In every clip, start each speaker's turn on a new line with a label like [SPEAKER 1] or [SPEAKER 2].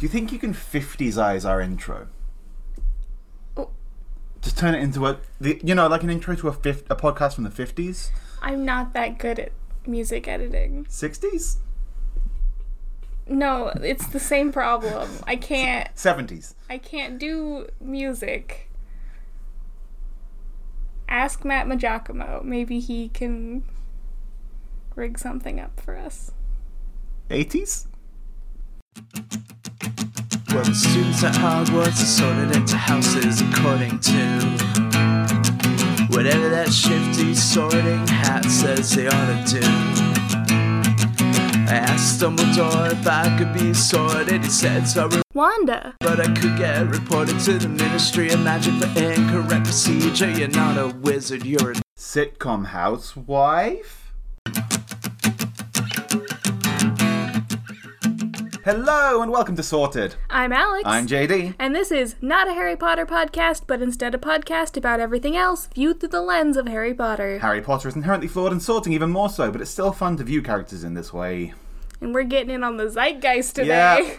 [SPEAKER 1] you think you can 50s our intro?
[SPEAKER 2] Oh.
[SPEAKER 1] Just turn it into a, the, you know, like an intro to a, fif- a podcast from the 50s,
[SPEAKER 2] I'm not that good at music editing.
[SPEAKER 1] 60s,
[SPEAKER 2] No, it's the same problem. I can't
[SPEAKER 1] 70s.
[SPEAKER 2] I can't do music. Ask Matt Majacomo. Maybe he can rig something up for us.
[SPEAKER 1] 80s?
[SPEAKER 3] Well, the students at Hogwarts are sorted into houses according to whatever that shifty sorting hat says they ought to do. I asked Dumbledore if I could be sorted. He said sorry,
[SPEAKER 2] Wanda.
[SPEAKER 3] but I could get reported to the Ministry of Magic for incorrect procedure. You're not a wizard, you're a
[SPEAKER 1] Sitcom housewife? Hello and welcome to Sorted.
[SPEAKER 2] I'm Alex.
[SPEAKER 1] I'm JD.
[SPEAKER 2] and this is not a Harry Potter podcast, but instead a podcast about everything else viewed through the lens of Harry Potter.
[SPEAKER 1] Harry Potter is inherently flawed and sorting even more so, but it's still fun to view characters in this way.
[SPEAKER 2] And we're getting in on the zeitgeist today.
[SPEAKER 1] Yeah.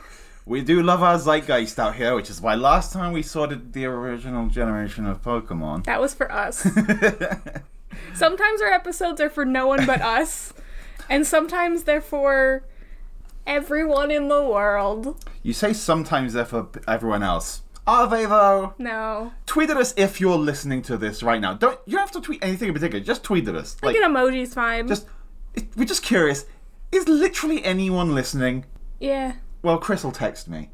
[SPEAKER 1] We do love our zeitgeist out here, which is why last time we sorted the original generation of Pokemon.
[SPEAKER 2] That was for us. sometimes our episodes are for no one but us, and sometimes they're for everyone in the world.
[SPEAKER 1] you say sometimes they're for everyone else. Are they though?
[SPEAKER 2] No.
[SPEAKER 1] Tweet at us if you're listening to this right now. Don't you don't have to tweet anything in particular. Just tweet at us. Like
[SPEAKER 2] Get emojis fine.
[SPEAKER 1] just it, we're just curious. Is literally anyone listening?
[SPEAKER 2] yeah.
[SPEAKER 1] Well, Chris will text me.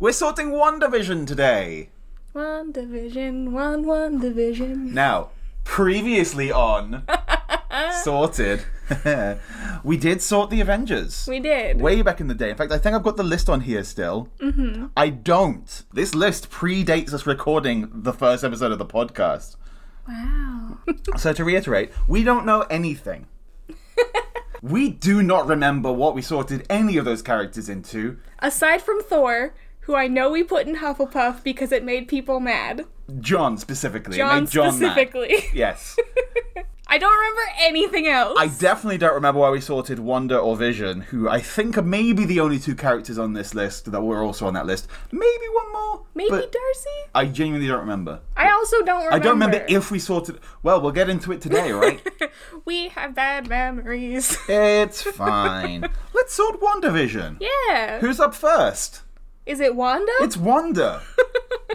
[SPEAKER 1] we're sorting One Division today.
[SPEAKER 2] One division, one, one division.
[SPEAKER 1] Now, previously on Sorted, we did sort the Avengers.
[SPEAKER 2] We did.
[SPEAKER 1] Way back in the day. In fact, I think I've got the list on here still. Mm-hmm. I don't. This list predates us recording the first episode of the podcast.
[SPEAKER 2] Wow.
[SPEAKER 1] So, to reiterate, we don't know anything. we do not remember what we sorted any of those characters into.
[SPEAKER 2] Aside from Thor, who I know we put in Hufflepuff because it made people mad.
[SPEAKER 1] John specifically. It
[SPEAKER 2] John,
[SPEAKER 1] made John mad.
[SPEAKER 2] specifically.
[SPEAKER 1] Yes.
[SPEAKER 2] I don't remember anything else.
[SPEAKER 1] I definitely don't remember why we sorted Wonder or Vision, who I think are maybe the only two characters on this list that were also on that list. Maybe one more.
[SPEAKER 2] Maybe
[SPEAKER 1] but
[SPEAKER 2] Darcy?
[SPEAKER 1] I genuinely don't remember.
[SPEAKER 2] I also don't remember.
[SPEAKER 1] I don't remember if we sorted. Well, we'll get into it today, right?
[SPEAKER 2] We have bad memories.
[SPEAKER 1] it's fine. Let's sort Wonder Vision.
[SPEAKER 2] Yeah.
[SPEAKER 1] Who's up first?
[SPEAKER 2] Is it Wanda?
[SPEAKER 1] It's Wonder.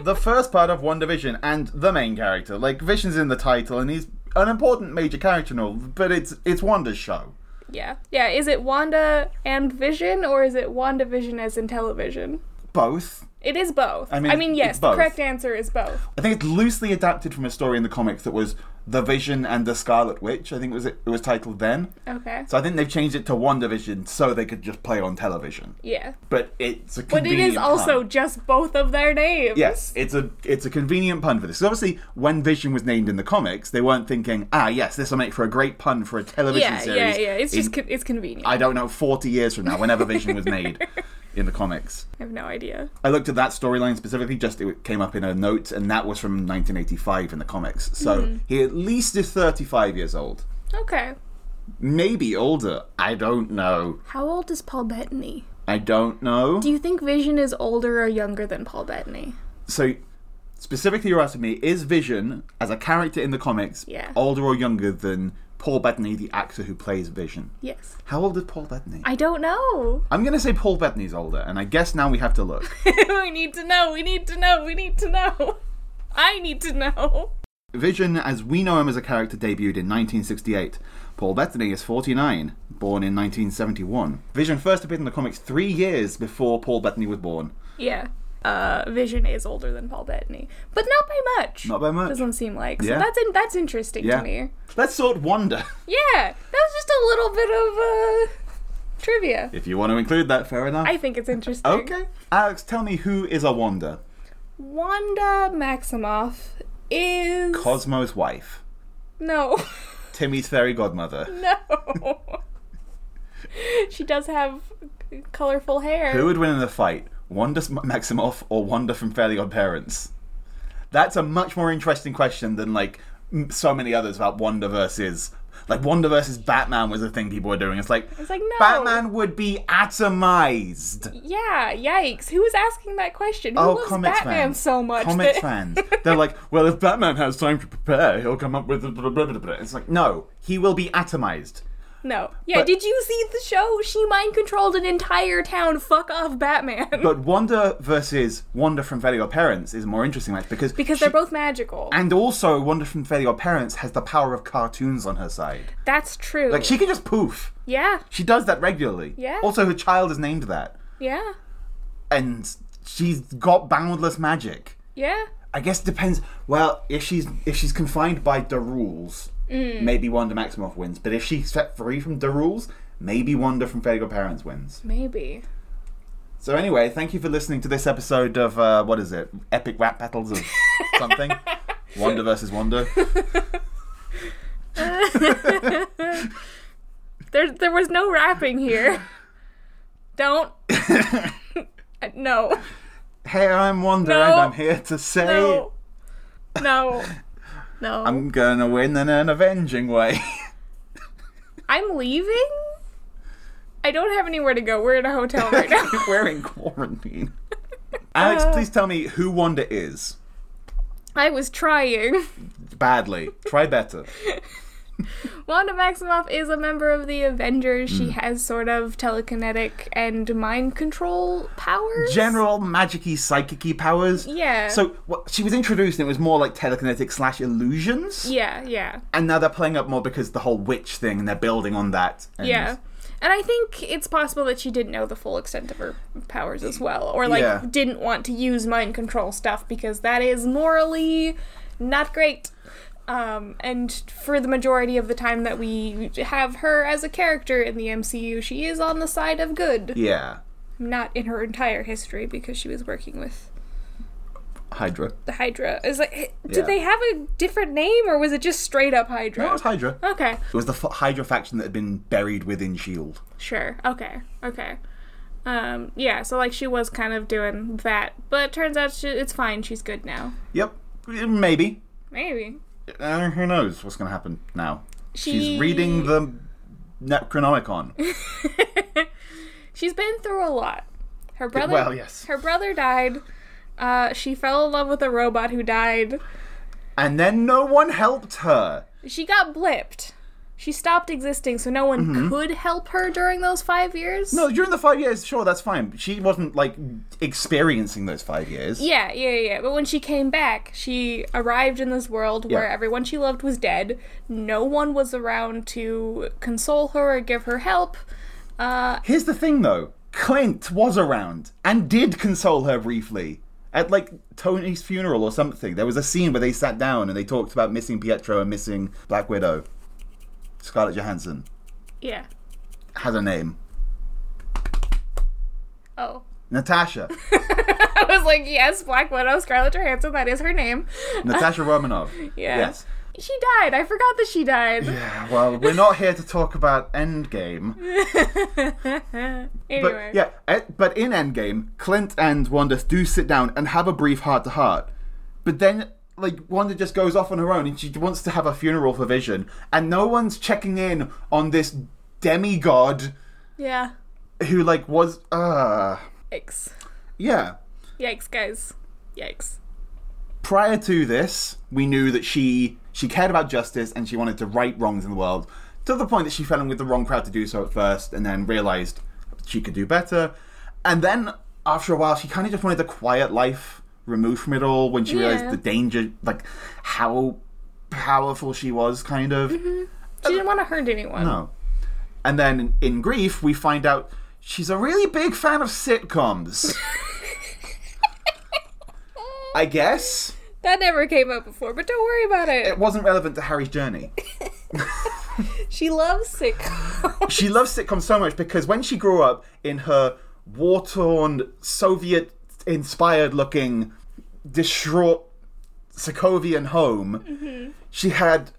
[SPEAKER 1] the first part of One Division and the main character. Like Vision's in the title and he's an important major character and all, but it's it's Wanda's show.
[SPEAKER 2] yeah. Yeah. Is it Wanda and Vision or is it Wanda Vision as in television?
[SPEAKER 1] Both.
[SPEAKER 2] It is both. I
[SPEAKER 1] mean,
[SPEAKER 2] mean,
[SPEAKER 1] it's
[SPEAKER 2] yes, the
[SPEAKER 1] both.
[SPEAKER 2] correct answer is both.
[SPEAKER 1] I think it's loosely adapted from a story in the comics that was The Vision and the Scarlet Witch. I think it was it was titled then.
[SPEAKER 2] Okay.
[SPEAKER 1] So I think they've changed it to One Division so they could just play on television.
[SPEAKER 2] yeah.
[SPEAKER 1] But it's a
[SPEAKER 2] But it
[SPEAKER 1] convenient
[SPEAKER 2] is also
[SPEAKER 1] pun.
[SPEAKER 2] just both of their names.
[SPEAKER 1] Yes, it's a it's a convenient pun for this. 'Cause obviously, when Vision was named in the comics, they weren't thinking, ah, yes, this will make for a great pun for a television
[SPEAKER 2] Yeah,
[SPEAKER 1] series.
[SPEAKER 2] yeah, yeah. It's
[SPEAKER 1] in
[SPEAKER 2] just con- it's convenient. I,
[SPEAKER 1] I don't know, 40 years from now, whenever Vision was made in the comics.
[SPEAKER 2] have no idea.
[SPEAKER 1] I looked at that storyline specifically, just it came up in a note, and that was from 1985 in the comics. So
[SPEAKER 2] Hmm.
[SPEAKER 1] he at least is 35 years old.
[SPEAKER 2] Okay.
[SPEAKER 1] Maybe older. I don't know.
[SPEAKER 2] How old is Paul Bettany?
[SPEAKER 1] I don't know.
[SPEAKER 2] Do you think Vision is older or younger than Paul Bettany?
[SPEAKER 1] so, specifically, you're asking me is Vision, as a character in the comics,
[SPEAKER 2] Yeah.
[SPEAKER 1] older or younger than Paul Bettany, the actor who plays Vision?
[SPEAKER 2] Yes.
[SPEAKER 1] How old is Paul Bettany?
[SPEAKER 2] I don't know.
[SPEAKER 1] I'm going to say Paul Bettany's older, and I guess now we have to look.
[SPEAKER 2] we need to know. We need to know. We need to know. I need to know.
[SPEAKER 1] Vision, as we know him as a character, debuted in 1968. Paul Bettany is 49, born in 1971. Vision first appeared in the comics three years before Paul Bettany was born.
[SPEAKER 2] Yeah. Uh, Vision is older than Paul Bettany, but not by much.
[SPEAKER 1] Not by much.
[SPEAKER 2] Doesn't seem like. So
[SPEAKER 1] Yeah.
[SPEAKER 2] that's in, that's interesting
[SPEAKER 1] Yeah.
[SPEAKER 2] to me.
[SPEAKER 1] Let's sort Wonder.
[SPEAKER 2] Yeah, that was just a little bit of uh, trivia.
[SPEAKER 1] If you want to include that, fair enough.
[SPEAKER 2] I think it's interesting.
[SPEAKER 1] okay. Alex, tell me who is a Wonder?
[SPEAKER 2] Wanda Maximoff is
[SPEAKER 1] Cosmo's wife.
[SPEAKER 2] no,
[SPEAKER 1] Timmy's fairy godmother.
[SPEAKER 2] no. she does have colorful hair.
[SPEAKER 1] Who would win in a fight? Wanda S- Maximoff or Wanda from Fairly Odd Parents? That's a much more interesting question than, like, m- so many others about Wanda versus Like Wonder versus Batman was the thing people were doing. It's like,
[SPEAKER 2] It's like, no.
[SPEAKER 1] Batman would be atomized.
[SPEAKER 2] Yeah, yikes. Who was asking that question? Who
[SPEAKER 1] oh,
[SPEAKER 2] loves
[SPEAKER 1] comics
[SPEAKER 2] Batman
[SPEAKER 1] fans.
[SPEAKER 2] so much?
[SPEAKER 1] Comics
[SPEAKER 2] that-
[SPEAKER 1] fans. They're like, well, if Batman has time to prepare, he'll come up with. the Blah, blah, blah, blah. It's like, no, he will be atomized.
[SPEAKER 2] No. Yeah,
[SPEAKER 1] But-
[SPEAKER 2] did you see the show? She mind controlled an entire town. Fuck off, Batman.
[SPEAKER 1] But Wonder versus Wonder from Fairly Odd Parents is a more interesting match because
[SPEAKER 2] because
[SPEAKER 1] she-
[SPEAKER 2] they're both magical.
[SPEAKER 1] and also Wonder from Fairly Odd Parents has the power of cartoons on her side.
[SPEAKER 2] That's true.
[SPEAKER 1] Like she can just poof.
[SPEAKER 2] yeah,
[SPEAKER 1] She does that regularly.
[SPEAKER 2] Yeah.
[SPEAKER 1] Also, her child is named that,
[SPEAKER 2] yeah,
[SPEAKER 1] and she's got boundless magic.
[SPEAKER 2] yeah.
[SPEAKER 1] I guess it depends. Well, if she's if she's confined by the rules,
[SPEAKER 2] Mm.
[SPEAKER 1] maybe Wanda Maximoff wins. But if she's set free from the rules, maybe Wanda from Fairly Odd Parents wins.
[SPEAKER 2] Maybe.
[SPEAKER 1] So anyway, thank you for listening to this episode of uh, what is it? Epic rap battles of something. Wonder versus Wonder.
[SPEAKER 2] There, there was no rapping here. Don't. Uh, no.
[SPEAKER 1] Hey, I'm Wonder,
[SPEAKER 2] No.
[SPEAKER 1] and I'm here to say
[SPEAKER 2] No. No. No. I'm,
[SPEAKER 1] I'm gonna win in an avenging way.
[SPEAKER 2] leaving? I don't have anywhere to go. We're in a hotel right now. Uh.
[SPEAKER 1] We're in quarantine. Alex, please tell me who Wonder is.
[SPEAKER 2] I was trying.
[SPEAKER 1] Badly. Try better.
[SPEAKER 2] Wanda Maximoff is a member of the Avengers. She
[SPEAKER 1] Hmm.
[SPEAKER 2] has sort of telekinetic and mind control powers.
[SPEAKER 1] General magic-y, psychic-y powers.
[SPEAKER 2] Yeah.
[SPEAKER 1] So what, she was introduced, and it was more like telekinetic slash illusions.
[SPEAKER 2] Yeah, yeah.
[SPEAKER 1] And now they're playing up more because the whole witch thing, and they're building on that. And
[SPEAKER 2] Yeah. And I think it's possible that she didn't know the full extent of her powers as well. Or, like,
[SPEAKER 1] Yeah.
[SPEAKER 2] didn't want to use mind control stuff because that is morally not great. Um, and for the majority of the time that we have her as a character in the MCU, she is on the side of good.
[SPEAKER 1] Yeah.
[SPEAKER 2] Not in her entire history because she was working with
[SPEAKER 1] Hydra.
[SPEAKER 2] the Hydra. Is like, eh, did
[SPEAKER 1] Yeah.
[SPEAKER 2] they have a different name or was it just straight up Hydra?
[SPEAKER 1] No, it was Hydra. It
[SPEAKER 2] Okay.
[SPEAKER 1] was the f- Hydra faction that had been buried within S.H.I.E.L.D.
[SPEAKER 2] Sure. Okay. Okay. Um, yeah, so like she was kind of doing that, but turns out she, it's fine. She's good now.
[SPEAKER 1] Yep. Maybe.
[SPEAKER 2] Maybe.
[SPEAKER 1] Uh, who knows what's going to happen now?
[SPEAKER 2] She-
[SPEAKER 1] She's reading the Necronomicon.
[SPEAKER 2] She's been through a lot. Her brother
[SPEAKER 1] well, yes.
[SPEAKER 2] her brother died. Uh, she fell in love with a robot who died.
[SPEAKER 1] and then no one helped her.
[SPEAKER 2] She got blipped. She stopped existing, so no one could help her during those 5 years.
[SPEAKER 1] Mm-hmm. No, during the five years, sure, that's fine. She wasn't like experiencing those five years.
[SPEAKER 2] Yeah, yeah, yeah. But when she came back, she arrived in this world where
[SPEAKER 1] Yeah.
[SPEAKER 2] everyone she loved was dead. No one was around to console her or give her help. Uh,
[SPEAKER 1] Here's the thing, though. Clint was around and did console her briefly at like Tony's funeral or something. There was a scene where they sat down and they talked about missing Pietro and missing Black Widow. Scarlett Johansson
[SPEAKER 2] yeah.
[SPEAKER 1] has a name.
[SPEAKER 2] Oh.
[SPEAKER 1] Natasha.
[SPEAKER 2] I was like, yes, Black Widow, Scarlett Johansson, that is her name.
[SPEAKER 1] Natasha Romanov.
[SPEAKER 2] Yeah.
[SPEAKER 1] Yes.
[SPEAKER 2] She died. I forgot that she died.
[SPEAKER 1] Yeah, well, we're not here to talk about Endgame. But
[SPEAKER 2] anyway.
[SPEAKER 1] yeah, eh, but in Endgame, Clint and Wanda do sit down and have a brief heart to heart. But then like Wanda just goes off on her own and she wants to have a funeral for Vision and no one's checking in on this demigod
[SPEAKER 2] Yeah.
[SPEAKER 1] who like was uh
[SPEAKER 2] Yikes.
[SPEAKER 1] yeah.
[SPEAKER 2] Yikes, guys. Yikes.
[SPEAKER 1] Prior to this, we knew that she she cared about justice and she wanted to right wrongs in the world to the point that she fell in with the wrong crowd to do so at first and then realized she could do better. And then after a while, she kind of just wanted a quiet life removed from it all when she
[SPEAKER 2] Yeah.
[SPEAKER 1] realized the danger, like how powerful she was, kind of.
[SPEAKER 2] She didn't want to hurt anyone.
[SPEAKER 1] No. And then in grief, we find out she's a really big fan of sitcoms. I guess.
[SPEAKER 2] That never came up before, but don't worry about it.
[SPEAKER 1] it wasn't relevant to Harry's journey.
[SPEAKER 2] She loves sitcoms.
[SPEAKER 1] She loves sitcoms so much because when she grew up in her war torn, Soviet inspired looking, distraught Sokovian home,
[SPEAKER 2] Mm-hmm.
[SPEAKER 1] she had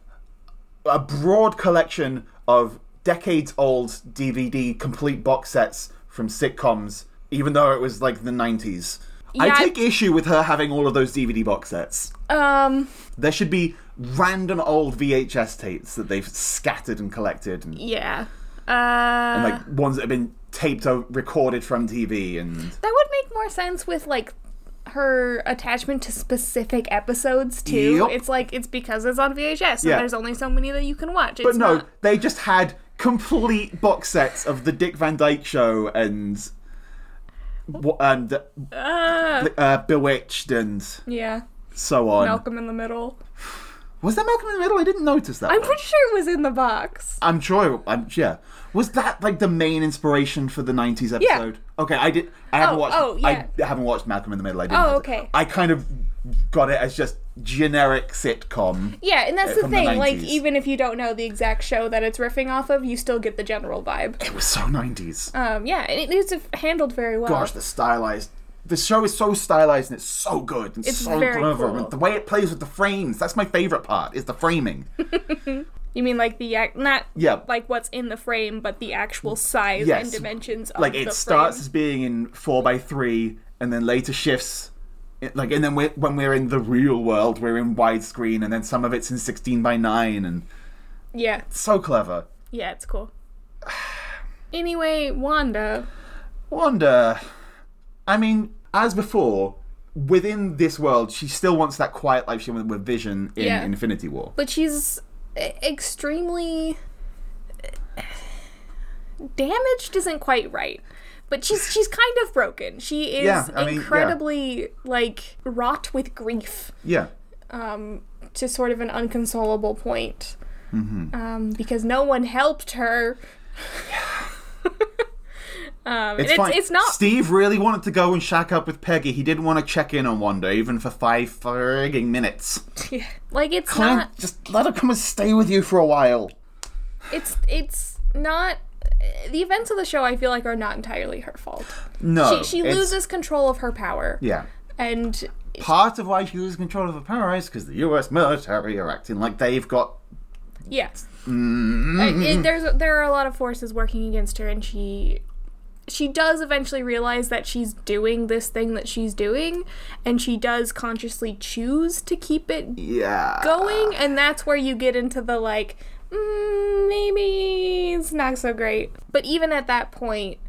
[SPEAKER 1] a broad collection of decades old DVD complete box sets from sitcoms, even though it was like the 90s.
[SPEAKER 2] Yeah,
[SPEAKER 1] I
[SPEAKER 2] I-
[SPEAKER 1] take issue with her having all of those DVD box sets.
[SPEAKER 2] um.
[SPEAKER 1] There should be random old VHS tapes that they've scattered and collected, and,
[SPEAKER 2] Yeah.
[SPEAKER 1] Oh
[SPEAKER 2] Uh,
[SPEAKER 1] and, like ones that have been taped or recorded from TV. And
[SPEAKER 2] that would make more sense with like her attachment to specific episodes too.
[SPEAKER 1] Yup.
[SPEAKER 2] It's like it's because it's on VHS, and
[SPEAKER 1] Yeah.
[SPEAKER 2] there's only so many that you can watch. It's
[SPEAKER 1] but no,
[SPEAKER 2] not-
[SPEAKER 1] they just had complete box sets of the Dick Van Dyke Show and wh- and
[SPEAKER 2] Ah,
[SPEAKER 1] uh, Bewitched and
[SPEAKER 2] yeah,
[SPEAKER 1] so on.
[SPEAKER 2] Malcolm in the Middle.
[SPEAKER 1] Was there Malcolm in the Middle? I didn't notice that.
[SPEAKER 2] I'm
[SPEAKER 1] one.
[SPEAKER 2] pretty sure it was in the box.
[SPEAKER 1] I'm sure. I'm, yeah. Was that like the main inspiration for the '90s episode? Okay, I did. I haven't
[SPEAKER 2] Oh,
[SPEAKER 1] watched.
[SPEAKER 2] oh, yeah.
[SPEAKER 1] I haven't watched Malcolm in the Middle. I didn't.
[SPEAKER 2] Oh,
[SPEAKER 1] notice.
[SPEAKER 2] okay.
[SPEAKER 1] I kind of got it as just generic sitcom.
[SPEAKER 2] Yeah, and that's
[SPEAKER 1] Uh,
[SPEAKER 2] the
[SPEAKER 1] from the
[SPEAKER 2] thing. like,
[SPEAKER 1] 90s.
[SPEAKER 2] even if you don't know the exact show that it's riffing off of, you still get the general vibe.
[SPEAKER 1] It was so '90s.
[SPEAKER 2] Um, yeah, and it- it's handled very well.
[SPEAKER 1] Gosh, the stylized. The show is so stylized and it's so good and
[SPEAKER 2] It's
[SPEAKER 1] so
[SPEAKER 2] very
[SPEAKER 1] clever.
[SPEAKER 2] cool.
[SPEAKER 1] And the way it plays with the frames, that's my favorite part, is the framing.
[SPEAKER 2] You mean like the act, not
[SPEAKER 1] Yeah.
[SPEAKER 2] like what's in the frame, but the actual size
[SPEAKER 1] Yes.
[SPEAKER 2] and dimensions of
[SPEAKER 1] like
[SPEAKER 2] the
[SPEAKER 1] it starts
[SPEAKER 2] frame.
[SPEAKER 1] as being in 4x3 and then later shifts it- like and then we're, when we're in the real world we're in widescreen and then some of it's in 16x9 and
[SPEAKER 2] Yeah,
[SPEAKER 1] so clever
[SPEAKER 2] yeah, it's cool. Anyway, Wanda.
[SPEAKER 1] wanda i mean as before within this world she still wants that quiet life she went with vision in
[SPEAKER 2] Yeah.
[SPEAKER 1] infinity war
[SPEAKER 2] but she's e- extremely damaged isn't quite right but she's she's kind of broken she is
[SPEAKER 1] Yeah, I mean, yeah.
[SPEAKER 2] incredibly like wrought with grief
[SPEAKER 1] yeah
[SPEAKER 2] um to sort of an unconsolable point
[SPEAKER 1] Mm-hmm.
[SPEAKER 2] um because no one helped her um and it's,
[SPEAKER 1] fine.
[SPEAKER 2] it's not
[SPEAKER 1] Steve really wanted to go and shack up with Peggy. He didn't want to check in on Wanda, even for five frigging minutes.
[SPEAKER 2] like it's
[SPEAKER 1] Can
[SPEAKER 2] not
[SPEAKER 1] I just let her come and stay with you for a while?
[SPEAKER 2] it's it's not the events of the show i feel like are not entirely her fault
[SPEAKER 1] No,
[SPEAKER 2] she, she
[SPEAKER 1] Oh, it's-
[SPEAKER 2] loses control of her power
[SPEAKER 1] Yeah,
[SPEAKER 2] and
[SPEAKER 1] part of why she loses control of her power is because the U.S. military are acting like they've got.
[SPEAKER 2] yes
[SPEAKER 1] Mm-hmm.
[SPEAKER 2] Uh, it- there's there are a lot of forces working against her and she she does eventually realize that she's doing this thing that she's doing and she does consciously choose to keep it
[SPEAKER 1] Yeah.
[SPEAKER 2] going and that's where you get into the like mm, maybe it's not so great but even at that point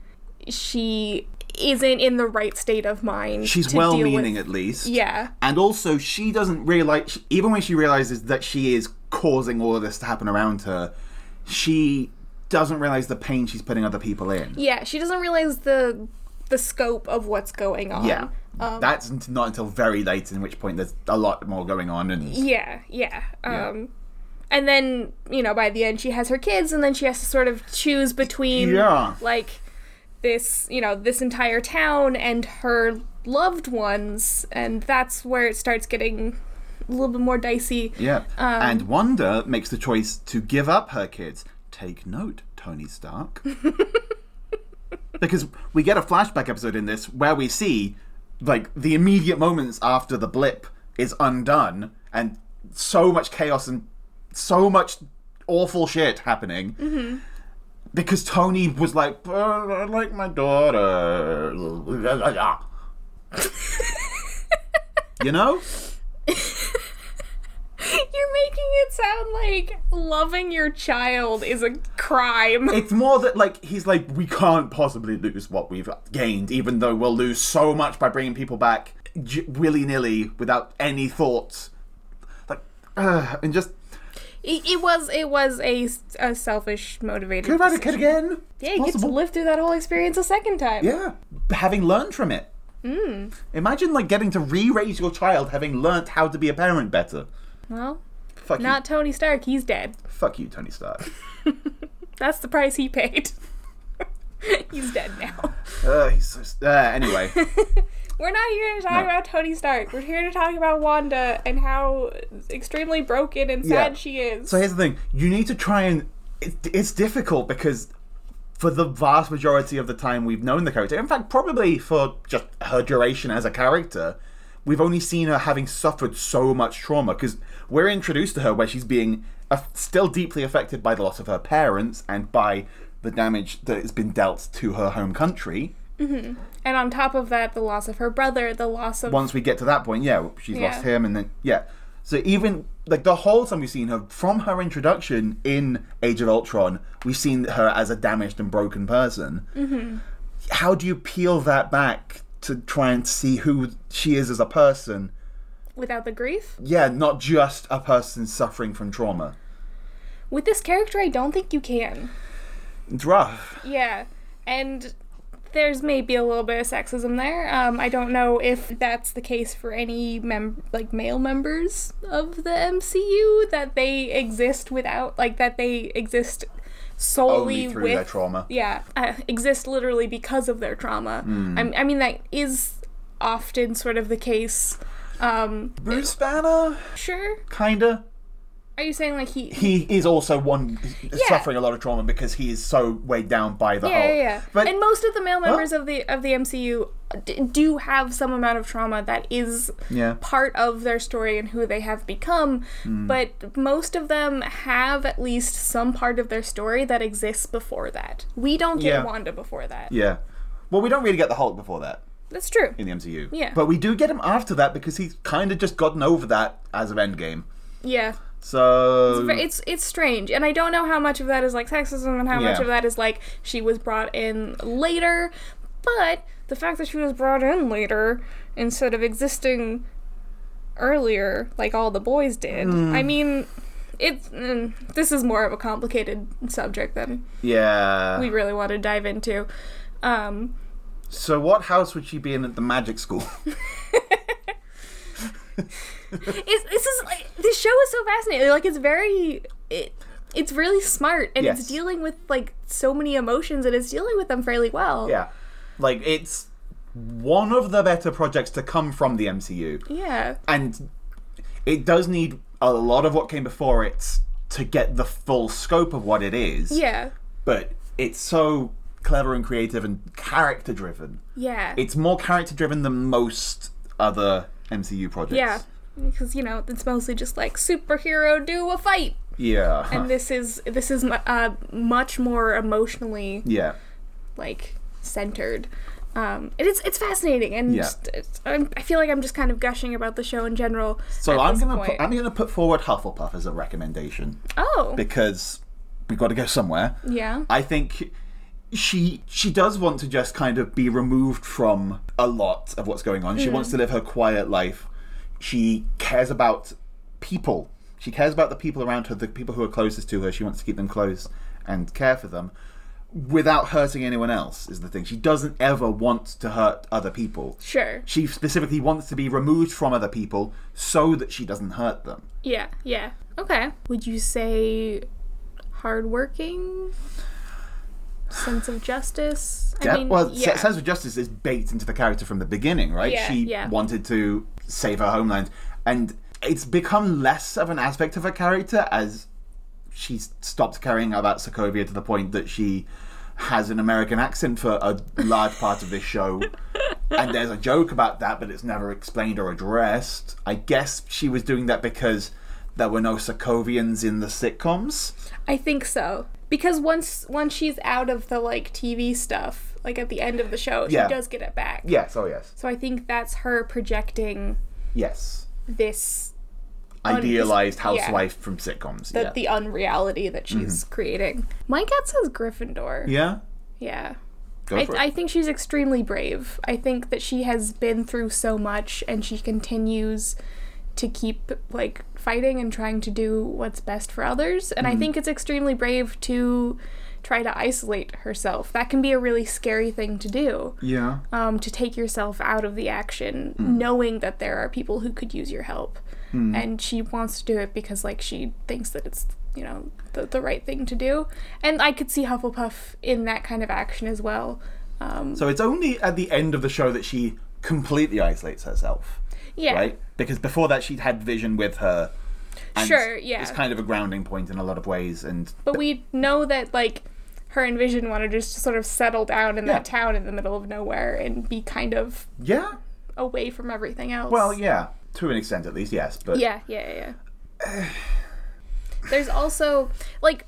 [SPEAKER 2] she isn't in the right state of mind
[SPEAKER 1] She's
[SPEAKER 2] to deal with-
[SPEAKER 1] well-meaning at least.
[SPEAKER 2] yeah
[SPEAKER 1] And also, she doesn't realize. she- Even when she realizes that she is causing all of this to happen around her, she doesn't realize the pain she's putting other people in.
[SPEAKER 2] yeah she doesn't realize the the scope of what's going on
[SPEAKER 1] Yeah. That's n- not until very late, in which point there's a lot more going on. And
[SPEAKER 2] Yeah, yeah. Um and then, you know, by the end she has her kids and then she has to sort of choose between
[SPEAKER 1] Yeah.
[SPEAKER 2] like this, you know, this entire town and her loved ones and that's where it starts getting a little bit more dicey.
[SPEAKER 1] yeah, and Wanda makes the choice to give up her kids. Take note, Tony Stark. because we get a flashback episode in this where we see like the immediate moments after the blip is undone and so much chaos and so much awful shit happening because tony was like "Uh, i like my daughter you know
[SPEAKER 2] You're making it sound like loving your child is a crime.
[SPEAKER 1] it's more that like he's like we can't possibly lose what we've gained even though we'll lose so much by bringing people back j- willy-nilly without any thoughts like uh, and just
[SPEAKER 2] It, it was it was a, s- a selfish motivated.
[SPEAKER 1] about a kid
[SPEAKER 2] decision.
[SPEAKER 1] again
[SPEAKER 2] Yeah, you get to live through that whole experience a second time.
[SPEAKER 1] yeah having learned from it imagine like getting to re-raise your child having learnt how to be a parent better
[SPEAKER 2] Well,
[SPEAKER 1] fuck
[SPEAKER 2] not Tony Stark, he's dead.
[SPEAKER 1] you fuck you tony stark
[SPEAKER 2] That's the price he paid. He's dead now.
[SPEAKER 1] uh, he's so st- uh, anyway
[SPEAKER 2] We're not here to talk
[SPEAKER 1] No.
[SPEAKER 2] about Tony Stark. We're here to talk about Wanda and how extremely broken and sad
[SPEAKER 1] Yeah.
[SPEAKER 2] she is.
[SPEAKER 1] So here's the thing: you need to try and it, it's difficult because for the vast majority of the time we've known the character, in fact, probably for just her duration as a character, we've only seen her having suffered so much trauma because we're introduced to her where she's being uh, still deeply affected by the loss of her parents and by the damage that has been dealt to her home country.
[SPEAKER 2] and on top of that, the loss of her brother, the loss of
[SPEAKER 1] Once we get to that point, yeah, she's
[SPEAKER 2] Yeah.
[SPEAKER 1] lost him, and then yeah. So even like the whole time we've seen her from her introduction in Age of Ultron, we've seen her as a damaged and broken person.
[SPEAKER 2] Mm-hmm.
[SPEAKER 1] How do you peel that back to try and see who she is as a person?
[SPEAKER 2] without the grief.
[SPEAKER 1] Yeah, not just a person suffering from trauma.
[SPEAKER 2] With this character, I don't think you can.
[SPEAKER 1] It's rough.
[SPEAKER 2] Yeah, and there's maybe a little bit of sexism there. Um, I don't know if that's the case for any mem- like male members of the MCU that they exist without, like that they exist solely
[SPEAKER 1] Only through
[SPEAKER 2] with
[SPEAKER 1] their trauma.
[SPEAKER 2] Yeah, uh, exist literally because of their trauma.
[SPEAKER 1] Hmm.
[SPEAKER 2] I, I mean, that is often sort of the case. Um,
[SPEAKER 1] Bruce Banner,
[SPEAKER 2] sure.
[SPEAKER 1] kinda.
[SPEAKER 2] Are you saying like he?
[SPEAKER 1] He is also one suffering a lot of trauma because he is so weighed down by the
[SPEAKER 2] Yeah,
[SPEAKER 1] whole.
[SPEAKER 2] yeah, yeah.
[SPEAKER 1] Oh, But
[SPEAKER 2] and most of the male members of the of the MCU d- do have some amount of trauma that is
[SPEAKER 1] Yeah.
[SPEAKER 2] part of their story and who they have become.
[SPEAKER 1] Hmm.
[SPEAKER 2] But most of them have at least some part of their story that exists before that. We don't get
[SPEAKER 1] Yeah.
[SPEAKER 2] Wanda before that.
[SPEAKER 1] yeah, well, we don't really get the Hulk before that.
[SPEAKER 2] That's true.
[SPEAKER 1] in the MCU.
[SPEAKER 2] Yeah.
[SPEAKER 1] But we do get him after that because he's kind of just gotten over that as of Endgame.
[SPEAKER 2] Yeah.
[SPEAKER 1] So
[SPEAKER 2] But it's it's strange, and I don't know how much of that is like sexism and how much
[SPEAKER 1] Yeah.
[SPEAKER 2] of that is like she was brought in later. But the fact that she was brought in later instead of existing earlier, like all the boys did.
[SPEAKER 1] Mm.
[SPEAKER 2] I mean, it's mm, this is more of a complicated subject than
[SPEAKER 1] yeah.
[SPEAKER 2] we really want to dive into. Um,
[SPEAKER 1] so what house would she be in at the magic school?
[SPEAKER 2] it's, this is like this show is so fascinating. Like it's very it, it's really smart and
[SPEAKER 1] Yes.
[SPEAKER 2] it's dealing with like so many emotions and it's dealing with them fairly well.
[SPEAKER 1] yeah. Like it's one of the better projects to come from the MCU,
[SPEAKER 2] Yeah.
[SPEAKER 1] and it does need a lot of what came before it to get the full scope of what it is.
[SPEAKER 2] Yeah.
[SPEAKER 1] But it's so clever and creative and character driven.
[SPEAKER 2] Yeah.
[SPEAKER 1] It's more character driven than most other MCU projects.
[SPEAKER 2] yeah. Because you know it's mostly just like superhero do a fight,
[SPEAKER 1] Yeah.
[SPEAKER 2] and this is this is mu- uh, much more emotionally
[SPEAKER 1] yeah.
[SPEAKER 2] like centered. Um, and it's it's fascinating, and
[SPEAKER 1] Yeah.
[SPEAKER 2] just- it's, I'm, I feel like I'm just kind of gushing about the show in general.
[SPEAKER 1] So
[SPEAKER 2] at
[SPEAKER 1] I'm
[SPEAKER 2] this
[SPEAKER 1] gonna
[SPEAKER 2] point.
[SPEAKER 1] put, I'm gonna put forward Hufflepuff as a recommendation
[SPEAKER 2] oh
[SPEAKER 1] because we've got to go somewhere.
[SPEAKER 2] yeah
[SPEAKER 1] I think she she does want to just kind of be removed from a lot of what's going on. She wants to live her quiet life. She cares about people. She cares about the people around her, the people who are closest to her. She wants to keep them close and care for them without hurting anyone else is the thing. She doesn't ever want to hurt other people.
[SPEAKER 2] sure
[SPEAKER 1] She specifically wants to be removed from other people so that she doesn't hurt them.
[SPEAKER 2] yeah yeah okay. Would you say hardworking? Sense of justice. I
[SPEAKER 1] Yeah,
[SPEAKER 2] mean,
[SPEAKER 1] well,
[SPEAKER 2] yeah.
[SPEAKER 1] Sense of Justice is baked into the character from the beginning, right?
[SPEAKER 2] Yeah,
[SPEAKER 1] she
[SPEAKER 2] yeah.
[SPEAKER 1] wanted to save her homeland, and it's become less of an aspect of her character as she's stopped caring about Sokovia to the point that she has an American accent for a large part of this show. and there's a joke about that, but it's never explained or addressed. I guess she was doing that because there were no Sokovians in the sitcoms.
[SPEAKER 2] I think so. Because once once she's out of the like TV stuff, like at the end of the show,
[SPEAKER 1] Yeah.
[SPEAKER 2] she does get it back.
[SPEAKER 1] Yes, oh yes.
[SPEAKER 2] So I think that's her projecting
[SPEAKER 1] Yes.
[SPEAKER 2] this
[SPEAKER 1] Idealized
[SPEAKER 2] yeah.
[SPEAKER 1] housewife from sitcoms.
[SPEAKER 2] the,
[SPEAKER 1] yeah. Mm-hmm.
[SPEAKER 2] the unreality that she's creating. My gut says Gryffindor.
[SPEAKER 1] Yeah.
[SPEAKER 2] Yeah.
[SPEAKER 1] Go
[SPEAKER 2] I,
[SPEAKER 1] for it.
[SPEAKER 2] I think she's extremely brave. I think that she has been through so much and she continues to keep like fighting and trying to do what's best for others. And I
[SPEAKER 1] Mm-hmm.
[SPEAKER 2] think it's extremely brave to try to isolate herself. That can be a really scary thing to do.
[SPEAKER 1] yeah.
[SPEAKER 2] Um, to take yourself out of the action,
[SPEAKER 1] Mm.
[SPEAKER 2] knowing that there are people who could use your help. And she wants to do it because, like, she thinks that it's, you know, the, the right thing to do. And I could see Hufflepuff in that kind of action as well. Um,
[SPEAKER 1] So it's only at the end of the show that she completely isolates herself,
[SPEAKER 2] yeah.
[SPEAKER 1] right? Because before that, she'd had Vision with her. and
[SPEAKER 2] Sure, yeah.
[SPEAKER 1] It's kind of a grounding point in a lot of ways, and
[SPEAKER 2] But we know that, like, her and Vision want to just sort of settle down in that
[SPEAKER 1] Yeah.
[SPEAKER 2] town in the middle of nowhere and be kind of
[SPEAKER 1] yeah,
[SPEAKER 2] away from everything else.
[SPEAKER 1] well, yeah, to an extent at least, yes. But
[SPEAKER 2] Yeah, yeah, yeah. There's also like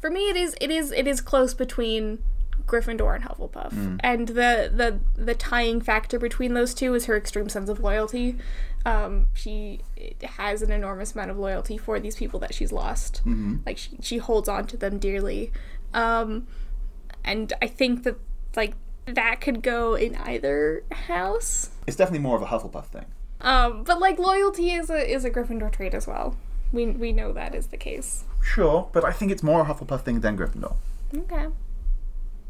[SPEAKER 2] for me it is it is it is close between Gryffindor and Hufflepuff, and the, the the tying factor between those two is her extreme sense of loyalty. Um, she has an enormous amount of loyalty for these people that she's lost. Like she she holds on to them dearly, um, and I think that like that could go in either house.
[SPEAKER 1] It's definitely more of a Hufflepuff thing.
[SPEAKER 2] Um, but like loyalty is a is a Gryffindor trait as well. We we know that is the case.
[SPEAKER 1] Sure, but I think it's more a Hufflepuff thing than Gryffindor.
[SPEAKER 2] Okay.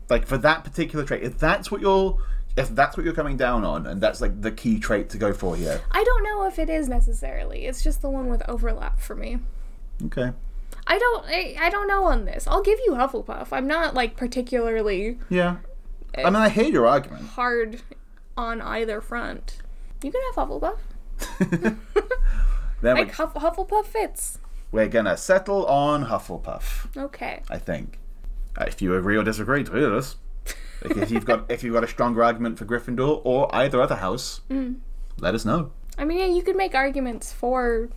[SPEAKER 1] Like for that particular trait, if that's what you're if that's what you're coming down on, and that's like the key trait to go for here.
[SPEAKER 2] I don't know if it is necessarily. It's just the one with overlap for me.
[SPEAKER 1] Okay.
[SPEAKER 2] I don't I, I don't know on this. I'll give you Hufflepuff. I'm not like particularly
[SPEAKER 1] Yeah. I mean, I hear your argument.
[SPEAKER 2] hard on either front. You can have Hufflepuff.
[SPEAKER 1] Then
[SPEAKER 2] Like
[SPEAKER 1] we're,
[SPEAKER 2] Huff- Hufflepuff fits.
[SPEAKER 1] we're gonna settle on Hufflepuff.
[SPEAKER 2] Okay.
[SPEAKER 1] I think. Uh, If you agree or disagree, tweet us. Like, if you've got if you've got a stronger argument for Gryffindor or either other house, let us know.
[SPEAKER 2] I mean, yeah, you could make arguments for